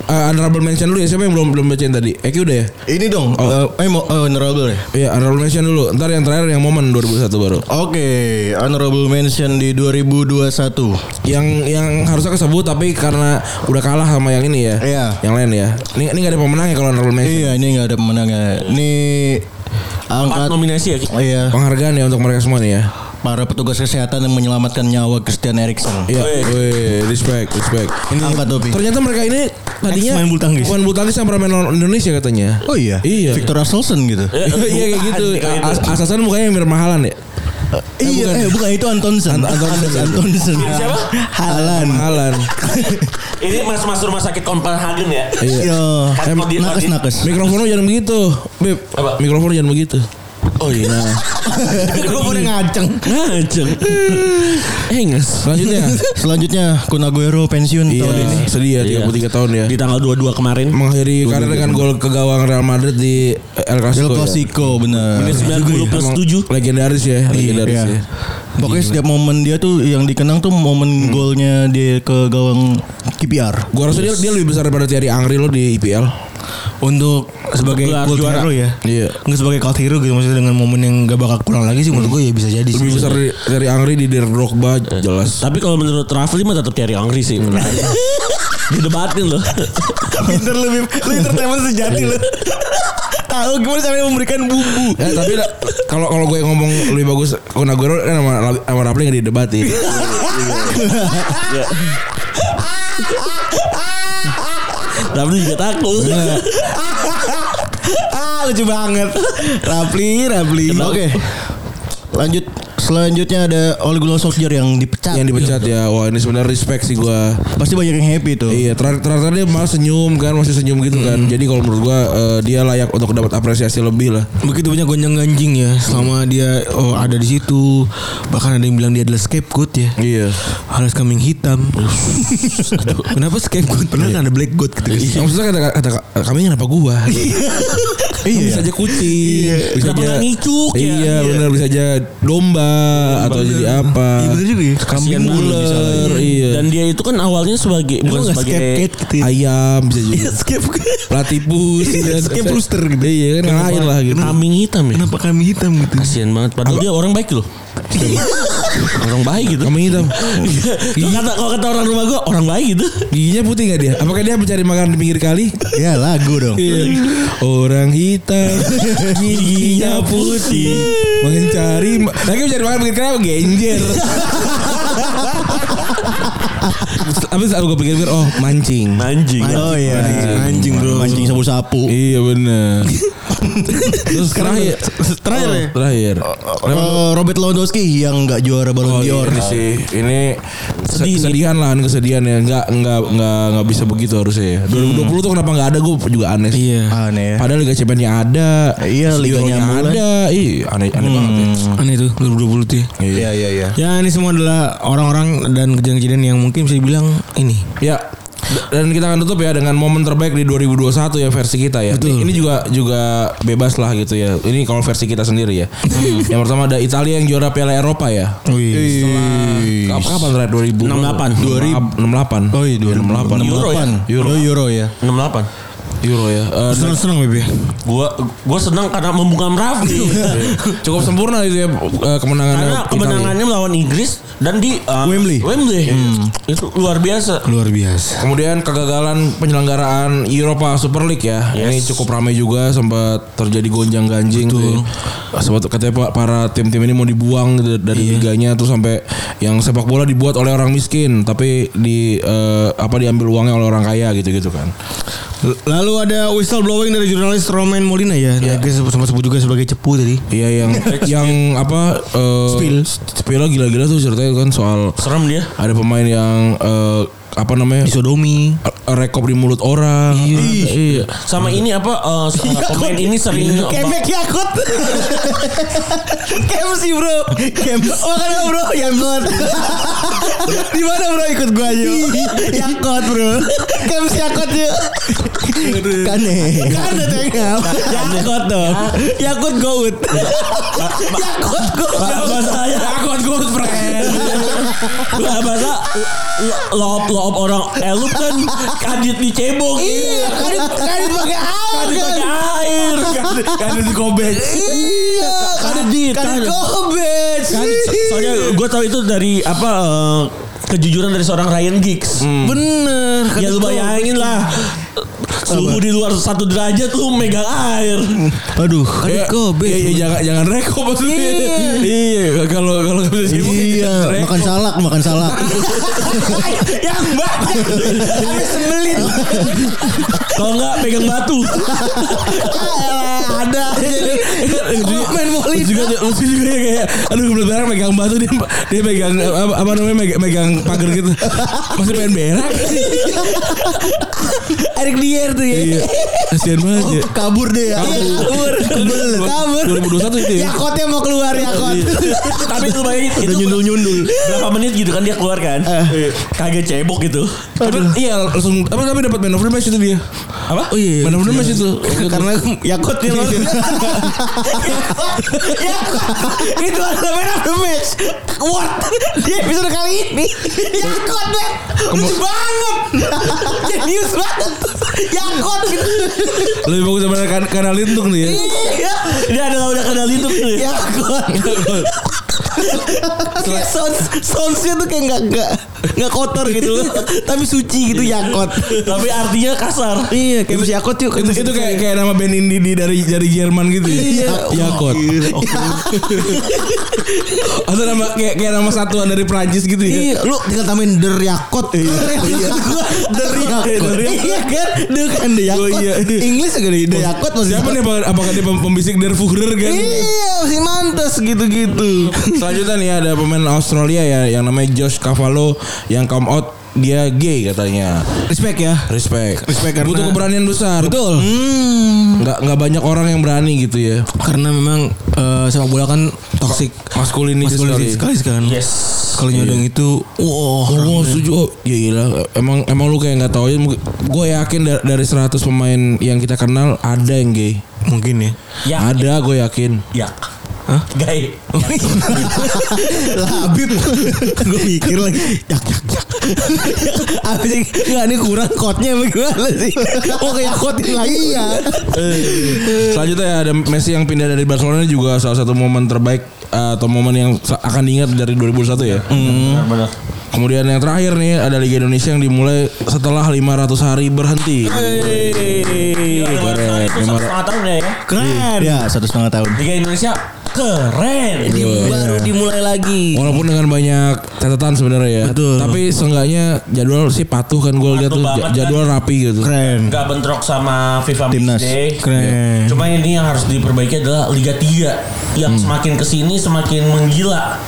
D: eh, honorable mention dulu ya. Siapa yang belum belum bacain tadi? Eki udah ya?
C: Ini dong.
B: Oh.
C: eh, Eh, mau- eh, honorable ya.
D: Iya, honorable mention dulu. Ntar yang terakhir yang momen 2001 baru.
C: Oke, honorable mention di 2021.
D: Yang yang harusnya kesebut tapi karena udah kalah sama yang ini ya.
C: Iya.
D: Yang lain ya. Ini ini gak ada pemenangnya kalau honorable mention.
C: Iya, ini nggak ada pemenangnya. Ini
E: Empat
C: angkat
E: nominasi ya
C: Iya,
D: Penghargaan ya untuk mereka semua nih ya.
C: para petugas kesehatan yang menyelamatkan nyawa Christian Eriksen.
D: Iya.
E: Weh.
D: Weh, respect, respect.
C: Ini angkat topi.
D: Ternyata mereka ini tadinya
C: Ex-main bulu tangkis.
D: Bukan bulu tangkis yang pernah main lawan Indonesia katanya.
C: Oh iya.
D: Iya.
C: Victor Axelsen gitu.
D: [laughs] iya kayak
E: Bukan,
D: gitu.
E: kayak
D: As- asasan mukanya yang mirip mahalan ya.
C: iya, bukan. eh bukan itu Antonsen. Antonsen. Antonsen.
E: Siapa?
C: Halan.
D: Mahalan.
E: Ini mas-mas rumah sakit Kopenhagen ya
D: iya.
C: Yo.
E: Kan kalau di-
C: Nakes nakes.
D: [laughs] Mikrofonnya jangan begitu. Beb,
E: Apa?
D: mikrofonnya jangan begitu. Oh iya.
C: Mikrofonnya ngaceng.
E: Ngaceng Enges
D: Selanjutnya.
C: Iya. Selanjutnya Kun Aguero pensiun
D: ya? iya,
C: tahun ini.
D: sedih ya 33 tahun ya.
E: Di tanggal 22 kemarin
D: Mengakhiri karir dengan gol ke gawang Real Madrid di El
C: Del
D: Clasico. ya.
C: Clasico bener.
E: Menit 90 plus
D: Emang
E: 7
D: Legendaris ya, legendaris
C: Iya.
D: ya.
C: Pokoknya setiap momen dia tuh yang dikenang tuh momen golnya dia ke gawang KPR.
D: Gua rasa dia, dia lebih besar daripada Thierry Angri lo di IPL.
C: Untuk sebagai
E: Gelar
C: cult
E: juara.
C: hero ya.
D: Iya.
C: Nggak sebagai cult hero gitu maksudnya dengan momen yang gak bakal kurang lagi sih menurut gue ya bisa jadi sih.
D: Lebih besar dari, dari Angri di Der Drogba jelas.
E: Tapi kalau menurut Rafli mah tetap Thierry Angri sih Didebatin loh
B: Pinter lu Bim. Lu entertainment sejati
C: Iya.
B: lu. Tahu gimana sampai memberikan bumbu.
D: Eh, tapi da- kalau kalau gue ngomong lebih bagus Kun Aguero kan sama sama Rapli nggak didebatin.
C: Iya.
E: Rafli juga takut
B: Ah lucu banget. Rapli, Rapli.
C: Oke. Lanjut selanjutnya ada Ole Gunnar Solskjaer yang dipecat.
D: Yang dipecat ya. Wah, ini sebenarnya respect sih gue.
C: Pasti banyak yang happy tuh.
D: Iya, terakhir terakhir dia malah senyum kan, masih senyum gitu kan. Jadi kalau menurut gua eh, dia layak untuk dapat apresiasi lebih lah.
C: Begitu banyak gonjang ganjing ya selama dia oh, ada di situ. Bahkan ada yang bilang dia adalah scapegoat ya.
D: Iya.
C: Harus kambing [laughs] hitam.
D: Iya,
C: Kenapa scapegoat? Pernah kan ada black goat ketika
D: Maksudnya kata kata kami kenapa gua? Iya. Bisa aja kucing. Bisa
E: Kenapa nggak ngicuk ya?
D: Iya,
E: Iya.
D: benar bisa aja domba atau jadi apa.
C: Iya bener juga ya.
D: Kambing ular, iya.
E: Dan dia itu kan awalnya sebagai bukan
C: Lu gak
E: sebagai
C: scapegoat gitu ya.
D: ayam bisa juga.
C: Skip
D: Platipus, iya,
C: Skip
D: bisa-
C: rooster gitu.
D: Iya, kan yang lain lah gitu.
E: kambing hitam ya.
C: Kenapa kami hitam gitu?
E: Kasian banget. Padahal dia orang baik loh.
D: [laughs]
E: orang baik gitu.
D: Kambing gitu. hitam. Iya.
E: Kalau kata kalau kata orang rumah gua orang baik gitu.
D: Giginya putih gak dia? Apakah dia mencari makan di pinggir kali?
C: Ya lagu dong.
D: Iya. Orang hitam [laughs] giginya putih mencari ma- lagi mencari makan pikir kenapa genjer. Habis aku gue pikir oh mancing.
E: Anjing.
C: Oh iya, anjing bro. Anjing sapu-sapu.
D: Iya bener Terus terakhir
C: Terakhir ya?
D: Oh, Terakhir
C: Eh, Robert Lewandowski yang nggak juara Ballon
D: Oh, iya,
C: d'Or.
D: ini sih Ini
E: Sedih nih.
D: Kesedihan lah ini kesedihan ya Nggak, nggak, nggak, nggak bisa begitu harusnya ya 2020 tuh kenapa nggak ada gue juga aneh sih.
E: Iya.
C: Aneh ya.
D: Padahal Liga Champions-nya ada
C: Iya, liganya
D: Liga-nya
C: mulai.
D: ada Iya aneh, aneh banget ya
H: Mm.
C: Aneh tuh 2020 tuh. Iya iya iya.
H: Ya ini semua adalah orang-orang dan kejadian-kejadian yang mungkin bisa dibilang ini.
D: Ya. Dan kita akan tutup ya dengan momen terbaik di 2021 ya versi kita ya. Ini juga juga bebas lah gitu ya. Ini kalau versi kita sendiri ya. yang pertama ada Italia yang juara Piala Eropa ya.
C: Wih.
D: Apa kapan terakhir 2000? 2000 68.
E: 68.
C: Oh iya 2008.
E: Euro ya?
C: Euro. Oh, Euro ya.
E: 68.
D: Euro ya. Eh,
H: Senang-senang ya? Bebe.
E: Gua gua senang karena membungkam Raffi.
D: Iya. cukup sempurna itu ya eh, kemenangan
E: [laughs] karena kemenangannya melawan Inggris dan di uh,
C: Wembley.
D: Iya.
E: Wembley. Itu luar biasa.
C: Luar biasa.
D: Kemudian kegagalan penyelenggaraan Eropa Super League ya.
E: Yes.
D: Ini cukup ramai juga sempat terjadi gonjang ganjing tuh. ya. Sempat katanya pa- para tim-tim ini mau dibuang d- dari liganya tuh sampai yang sepak bola dibuat oleh orang miskin tapi di eh, apa diambil uangnya oleh orang kaya gitu-gitu kan.
H: Lalu ada whistleblowing dari jurnalis Romain Molina ya. Dia
C: Iya.
H: sempat sebut juga sebagai cepu tadi.
D: Iya yang yang apa eh,
H: Spill.
D: spillnya gila-gila tuh ceritanya kan soal
E: Serem dia.
D: ada pemain yang eh, apa namanya
H: Sodomi.
D: rekop di mulut orang. Iya.
E: Sama ini apa uh, s- uh, pemain ini sering
D: [laughs]
B: Kemek yakut. Kem sih bro. Kem. Makanya bro yakut. Di mana bro ikut gua aja. yakut bro. Kem si yakut yuk.
C: Kane.
B: Kan ada tengah. Yakut dong.
D: Ya.
B: Yakut gout. Yakut gout.
E: bahasa saya takut gue friend Iya, Lah, bahasa lo- loop loop orang elup kan kadit di cebok
B: Iya, kadit kadit pakai air
E: kadit
B: kan.
E: pakai air kadit,
D: Kan
E: kadit di kobek
B: Iya, kadit
E: kadit
C: Kan,
B: kadit
E: kadit.
B: gobet.
E: Kadit. soalnya gue tahu itu dari iya, apa eh, kejujuran dari seorang Ryan Giggs
H: Bener.
E: Hmm. ya lu bayangin lah suhu di luar satu derajat lu megang air
C: Aduh.
B: Kan,
D: Iya, iya, iya, jangan jangan rekop maksudnya. Iya, kalau kalau nggak bisa sibuk,
C: Iya,
D: rekop.
C: makan salak, makan salak.
E: yang banyak habis sembelit kalau enggak pegang batu
B: Ada
D: main volley juga lucu juga ya kayak aduh belum berak megang batu dia dia megang apa, apa namanya megang, megang pagar gitu masih pengen berak
B: Eric Dier tuh ya.
D: iya kasihan banget ya
C: Kabur deh ya.
B: Iya, Kabur. Kabur.
D: 2021 itu ya
B: Yakotnya mau keluar yakot.
C: Iya.
E: tapi lu bayangin itu
C: nyundul-nyundul.
E: berapa menit gitu kan dia keluar kan kaget cebok gitu
D: tapi iya langsung apa tapi dapat man of the match itu dia
E: apa
D: oh iya man of the match
B: [laughs]
D: itu Iya.
C: Karena Yakut dia
D: [laughs]
C: lawan.
B: [laughs] Itu adalah man of the match Award Di episode kali ini Yakot Beb Lucu banget [laughs] Genius banget Yakot gitu
D: lebih bagus daripada kan kanal lintung nih ya
B: Iya
E: dia adalah udah kenal itu tuh ya.
B: Yakot
D: Iya,
B: [laughs] Kayak sounds Soundsnya tuh kayak gak Gak, gak kotor gitu
D: [laughs]
B: loh Tapi suci gitu Yakot
E: tapi artinya kasar
B: Iya kayak si Yakot yuk
D: itu itu kayak kayak nama band indie di- dari dari Jerman gitu
B: Iya.
D: ya Yakot [laughs] atau nama kayak kayak nama satuan dari Prancis gitu ya
C: Iya,
D: Iya.
C: lu tinggal tambahin der Yakut.
B: Dari Iya kan Dia kan
C: The Yakut.
D: ya Oh, iya.
C: Inggris juga deh, The Yakut maksudnya.
D: siapa nih apa- apakah dia pem- pembisik Der Fuhrer kan
B: Iya si mantas gitu-gitu
D: Selanjutnya nih ada pemain Australia ya yang namanya Josh Cavallo yang come out dia gay katanya.
H: Respect ya.
D: Respect.
H: Respect karena-
D: Butuh keberanian besar. Betul. Nggak nggak banyak orang yang berani gitu ya.
H: Karena memang eh, sepak bola kan toksik.
D: Maskulinitas
H: Maskulinitas
D: sekali.
H: sekali kan.
E: yes
H: Kalau nyodong itu
D: Wah, wow, setuju. Oh, ya gila. Emang emang lu kayak nggak tahu ya. Gue yakin da- dari 100 pemain yang kita kenal ada yang gay.
H: mungkin ya.
E: Yak.
D: Ada gue yakin.
E: Yak. Hah? Gay.
H: Labib. Gue mikir lagi. Yak yak yak. Apa sih? Enggak ini kurang kotnya bagaimana sih? Oh kayak kotin lagi ya.
D: Selanjutnya ya, ada Messi yang pindah dari Barcelona ini juga salah satu momen terbaik eh, atau momen yang sa- akan diingat dari 2001 ya.
H: Hmm.
E: Benar.
D: Kemudian yang terakhir nih ada Liga Indonesia yang dimulai setelah 500 hari berhenti.
E: Keren. Itu satu setengah tahun ya.
H: Keren.
D: Iya,
B: Ya satu setengah tahun.
E: Liga Indonesia keren.
H: Baru dimulai lagi.
D: Walaupun dengan banyak catatan sebenarnya ya.
H: Betul.
D: Tapi seenggaknya jadwal sih patuh kan gue lihat tuh
E: banget
D: ja-
E: kan.
D: jadwal rapi gitu.
H: Keren.
E: Gak bentrok sama FIFA
B: Timnas.
E: Matchday. Iya.
H: Keren.
E: Cuma ini yang harus diperbaiki adalah Liga 3 yang semakin kesini semakin menggila.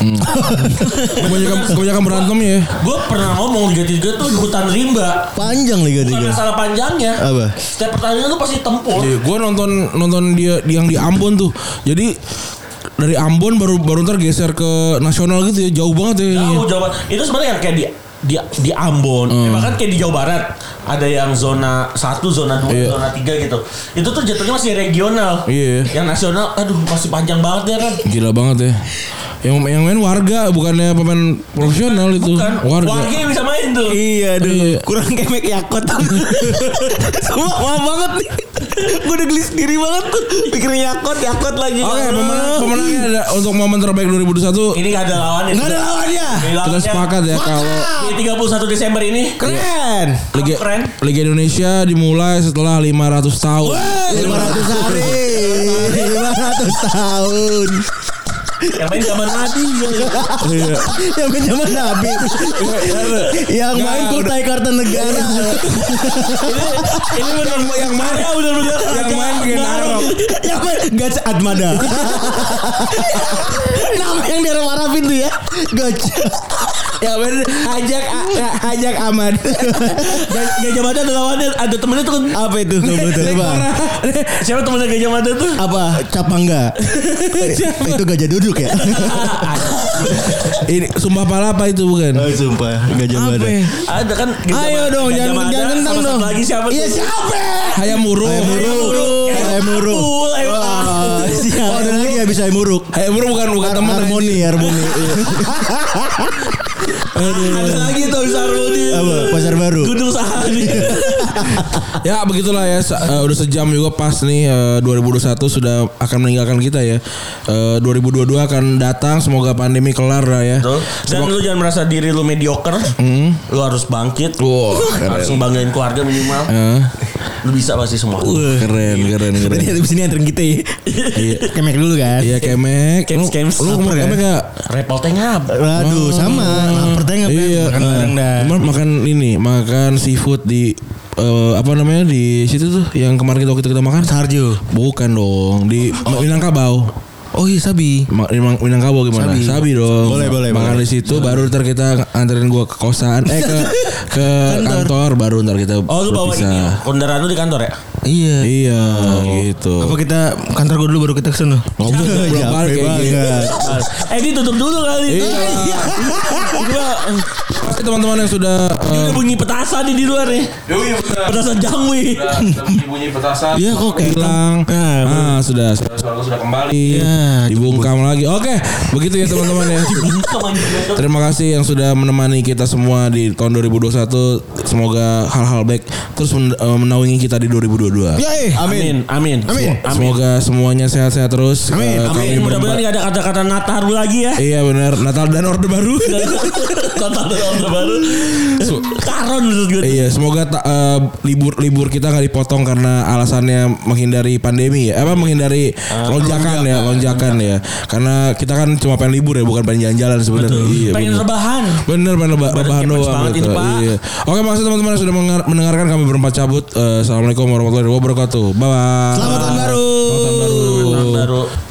E: [laughs]
D: Kebanyakan, kebanyakan berantem ya.
E: Gue pernah ngomong Liga 3 tuh hutan rimba.
B: Panjang Liga
E: Bukan
B: 3.
E: masalah panjangnya.
B: Apa?
E: Setiap pertandingan tuh pasti tempur.
D: Iya, gue nonton nonton dia yang di Ambon tuh. Jadi dari Ambon baru baru ntar geser ke nasional gitu ya jauh banget ya.
E: Jauh Jawa Barat. Itu sebenarnya yang kayak di di di Ambon, Eh, bahkan kayak di Jawa Barat ada yang zona 1, zona 2,
D: Iya.
E: zona 3 gitu. Itu tuh jatuhnya masih regional.
D: Iya.
E: Yang nasional aduh masih panjang banget ya kan.
D: Gila banget ya. Yang yang main warga bukannya pemain profesional itu.
E: Bukan warga.
D: warga.
E: yang bisa main tuh.
H: Iya
D: Iya.
H: aduh Kurang kemek yakot Semua mahal banget nih Gue udah geli sendiri banget tuh Pikir yakot yakot lagi
D: Oke,
H: Ya
D: pemenang
H: Allah.
D: pemenangnya ada untuk momen terbaik 2021
E: Ini gak ada lawannya.
H: Nggak ada lawannya
D: kita sepakat ya kalau
E: Di 31 Desember ini
H: Keren
D: Liga,
E: Keren.
D: Liga Indonesia dimulai setelah 500 tahun.
B: 500 hari. 500 tahun.
E: yang main zaman mati
B: [laughs] Yang main zaman Nabi. Yang main Kutai Kartanegara.
E: ini benar yang mana benar-benar
D: Yang main Gennaro.
B: Yang main Gaj Admada. [laughs] Nama yang daerah Marafin tuh ya. Gaj.
H: Ya bener Ajak a- a- Ajak aman
E: Gajah Mada ada lawannya ada temennya tuh
B: [laughs]
E: kan.
C: Iya,
B: Apa itu? Coba.
E: siapa temennya Gajah Mada tuh
B: Apa? Capangga. itu gajah duduk ya?
D: Ini sumpah pala apa itu bukan?
B: Oh, sumpah, gajah mada.
D: ya?
E: ada kan
H: Ayo dong, jangan- jangan kentang
E: sama
H: dong.
E: satu lagi siapa
B: Iya,
E: tuh
B: siapa?
D: Hayam muruk.
B: Ayam muruk. Ayam muruk.
E: Ul, ayo.
B: Wah, siapa? Oh, ada lagi ya bisa ayam muruk.
D: Hayam muruk bukan bukan teman
B: harmoni, harmoni. Iya.
E: ada lagi tuh Sarudi
B: Apa? Pasar baru.
E: Gunung Sahari
D: Ya begitulah ya Sa- eh, udah sejam juga pas nih eh, 2021 sudah akan meninggalkan kita ya. Eh, 2022 akan datang semoga pandemi kelar lah ya.
E: Tuh. dan lu jangan merasa diri lu mediocre lu harus bangkit
D: Wow, keren.
E: harus ngebanggain keluarga minimal
D: Eh, Uh.
E: lu bisa pasti semua
D: keren keren keren.
H: Tadi abis ini anterin kita ya
C: [laughs]
H: Kemek dulu kan
D: Iya kemek. Lu,
E: Kems-kems.
D: lu
H: Lapar,
D: kemarin kemek gak?
E: repotnya ngapa
B: Aduh, sama. Laper teh ngapain?
D: Oh. Iya.
B: Makan bareng dah.
D: eh, Kemarin makan ini, makan seafood di eh, apa namanya di situ tuh yang kemarin kita kita, kita makan.
H: Sarjo
D: Bukan dong di Minangkabau.
H: Oh iya Sabi
D: Ma- Minang- Minangkabau gimana? Sabi, dong.
B: Boleh, boleh,
D: Makan di situ baru ntar kita anterin gua ke kosan, eh ke ke kantor baru ntar kita
E: oh lu bawa ini
D: berpisah.
E: kendaraan lu di kantor ya
H: Iya
D: Iya, gitu.
H: Apa kita Kantor gue dulu baru kita kesana
D: Ngobrol bolak balik kayak gini.
E: eh ini tutup dulu kali
D: Iya.
E: Gua-
D: Pasti teman-teman yang sudah
E: Ini
D: eh,
E: udah bunyi petasan nih di luar nih. Petasan jangwi.
I: bunyi petasan
D: Iya kok hilang.
C: Eh, Iya.
D: Ah, sudah
I: suara sudah kembali
D: Iya, dibungkam lagi. Oke, begitu ya teman-teman ya. Terima kasih yang sudah menemani kita semua di tahun 2021. Semoga hal-hal baik terus men- eh, menaungi kita di
C: Iya,
D: 2022.
C: Ya, eh.
H: Yoi
E: [laughs] Amin, amin.
H: Amin.
D: Semoga semuanya sehat-sehat terus.
H: Amin,
D: Eh, kami
E: Amin. Mudah-mudahan
D: berempat-
E: nggak ada kata-kata Nataru lagi [laughs] ya.
D: Iya benar Natal dan Orde Baru.
E: Kata Orde Baru.
D: Su-
E: Karon menurut gue.
D: Iya, semoga ta- eh, libur libur kita nggak dipotong karena alasannya menghindari pandemi ya, apa menghindari lonjakan, ya, lonjakan ya. Karena kita kan cuma pengen libur ya, bukan pengen jalan-jalan sebenarnya. Iya,
E: Pengen
D: bener.
E: rebahan.
D: Bener bener ba- rebahan
E: kepes
D: doang
E: banget
D: gitu.
E: ini, Pak.
D: Iya. Oke makasih teman-teman yang sudah mengar- mendengarkan kami berempat cabut. Eh, Assalamualaikum warahmatullahi wabarakatuh. Bye bye.
H: Selamat tahun baru
D: Selamat tahun baru.
E: Tahun baru.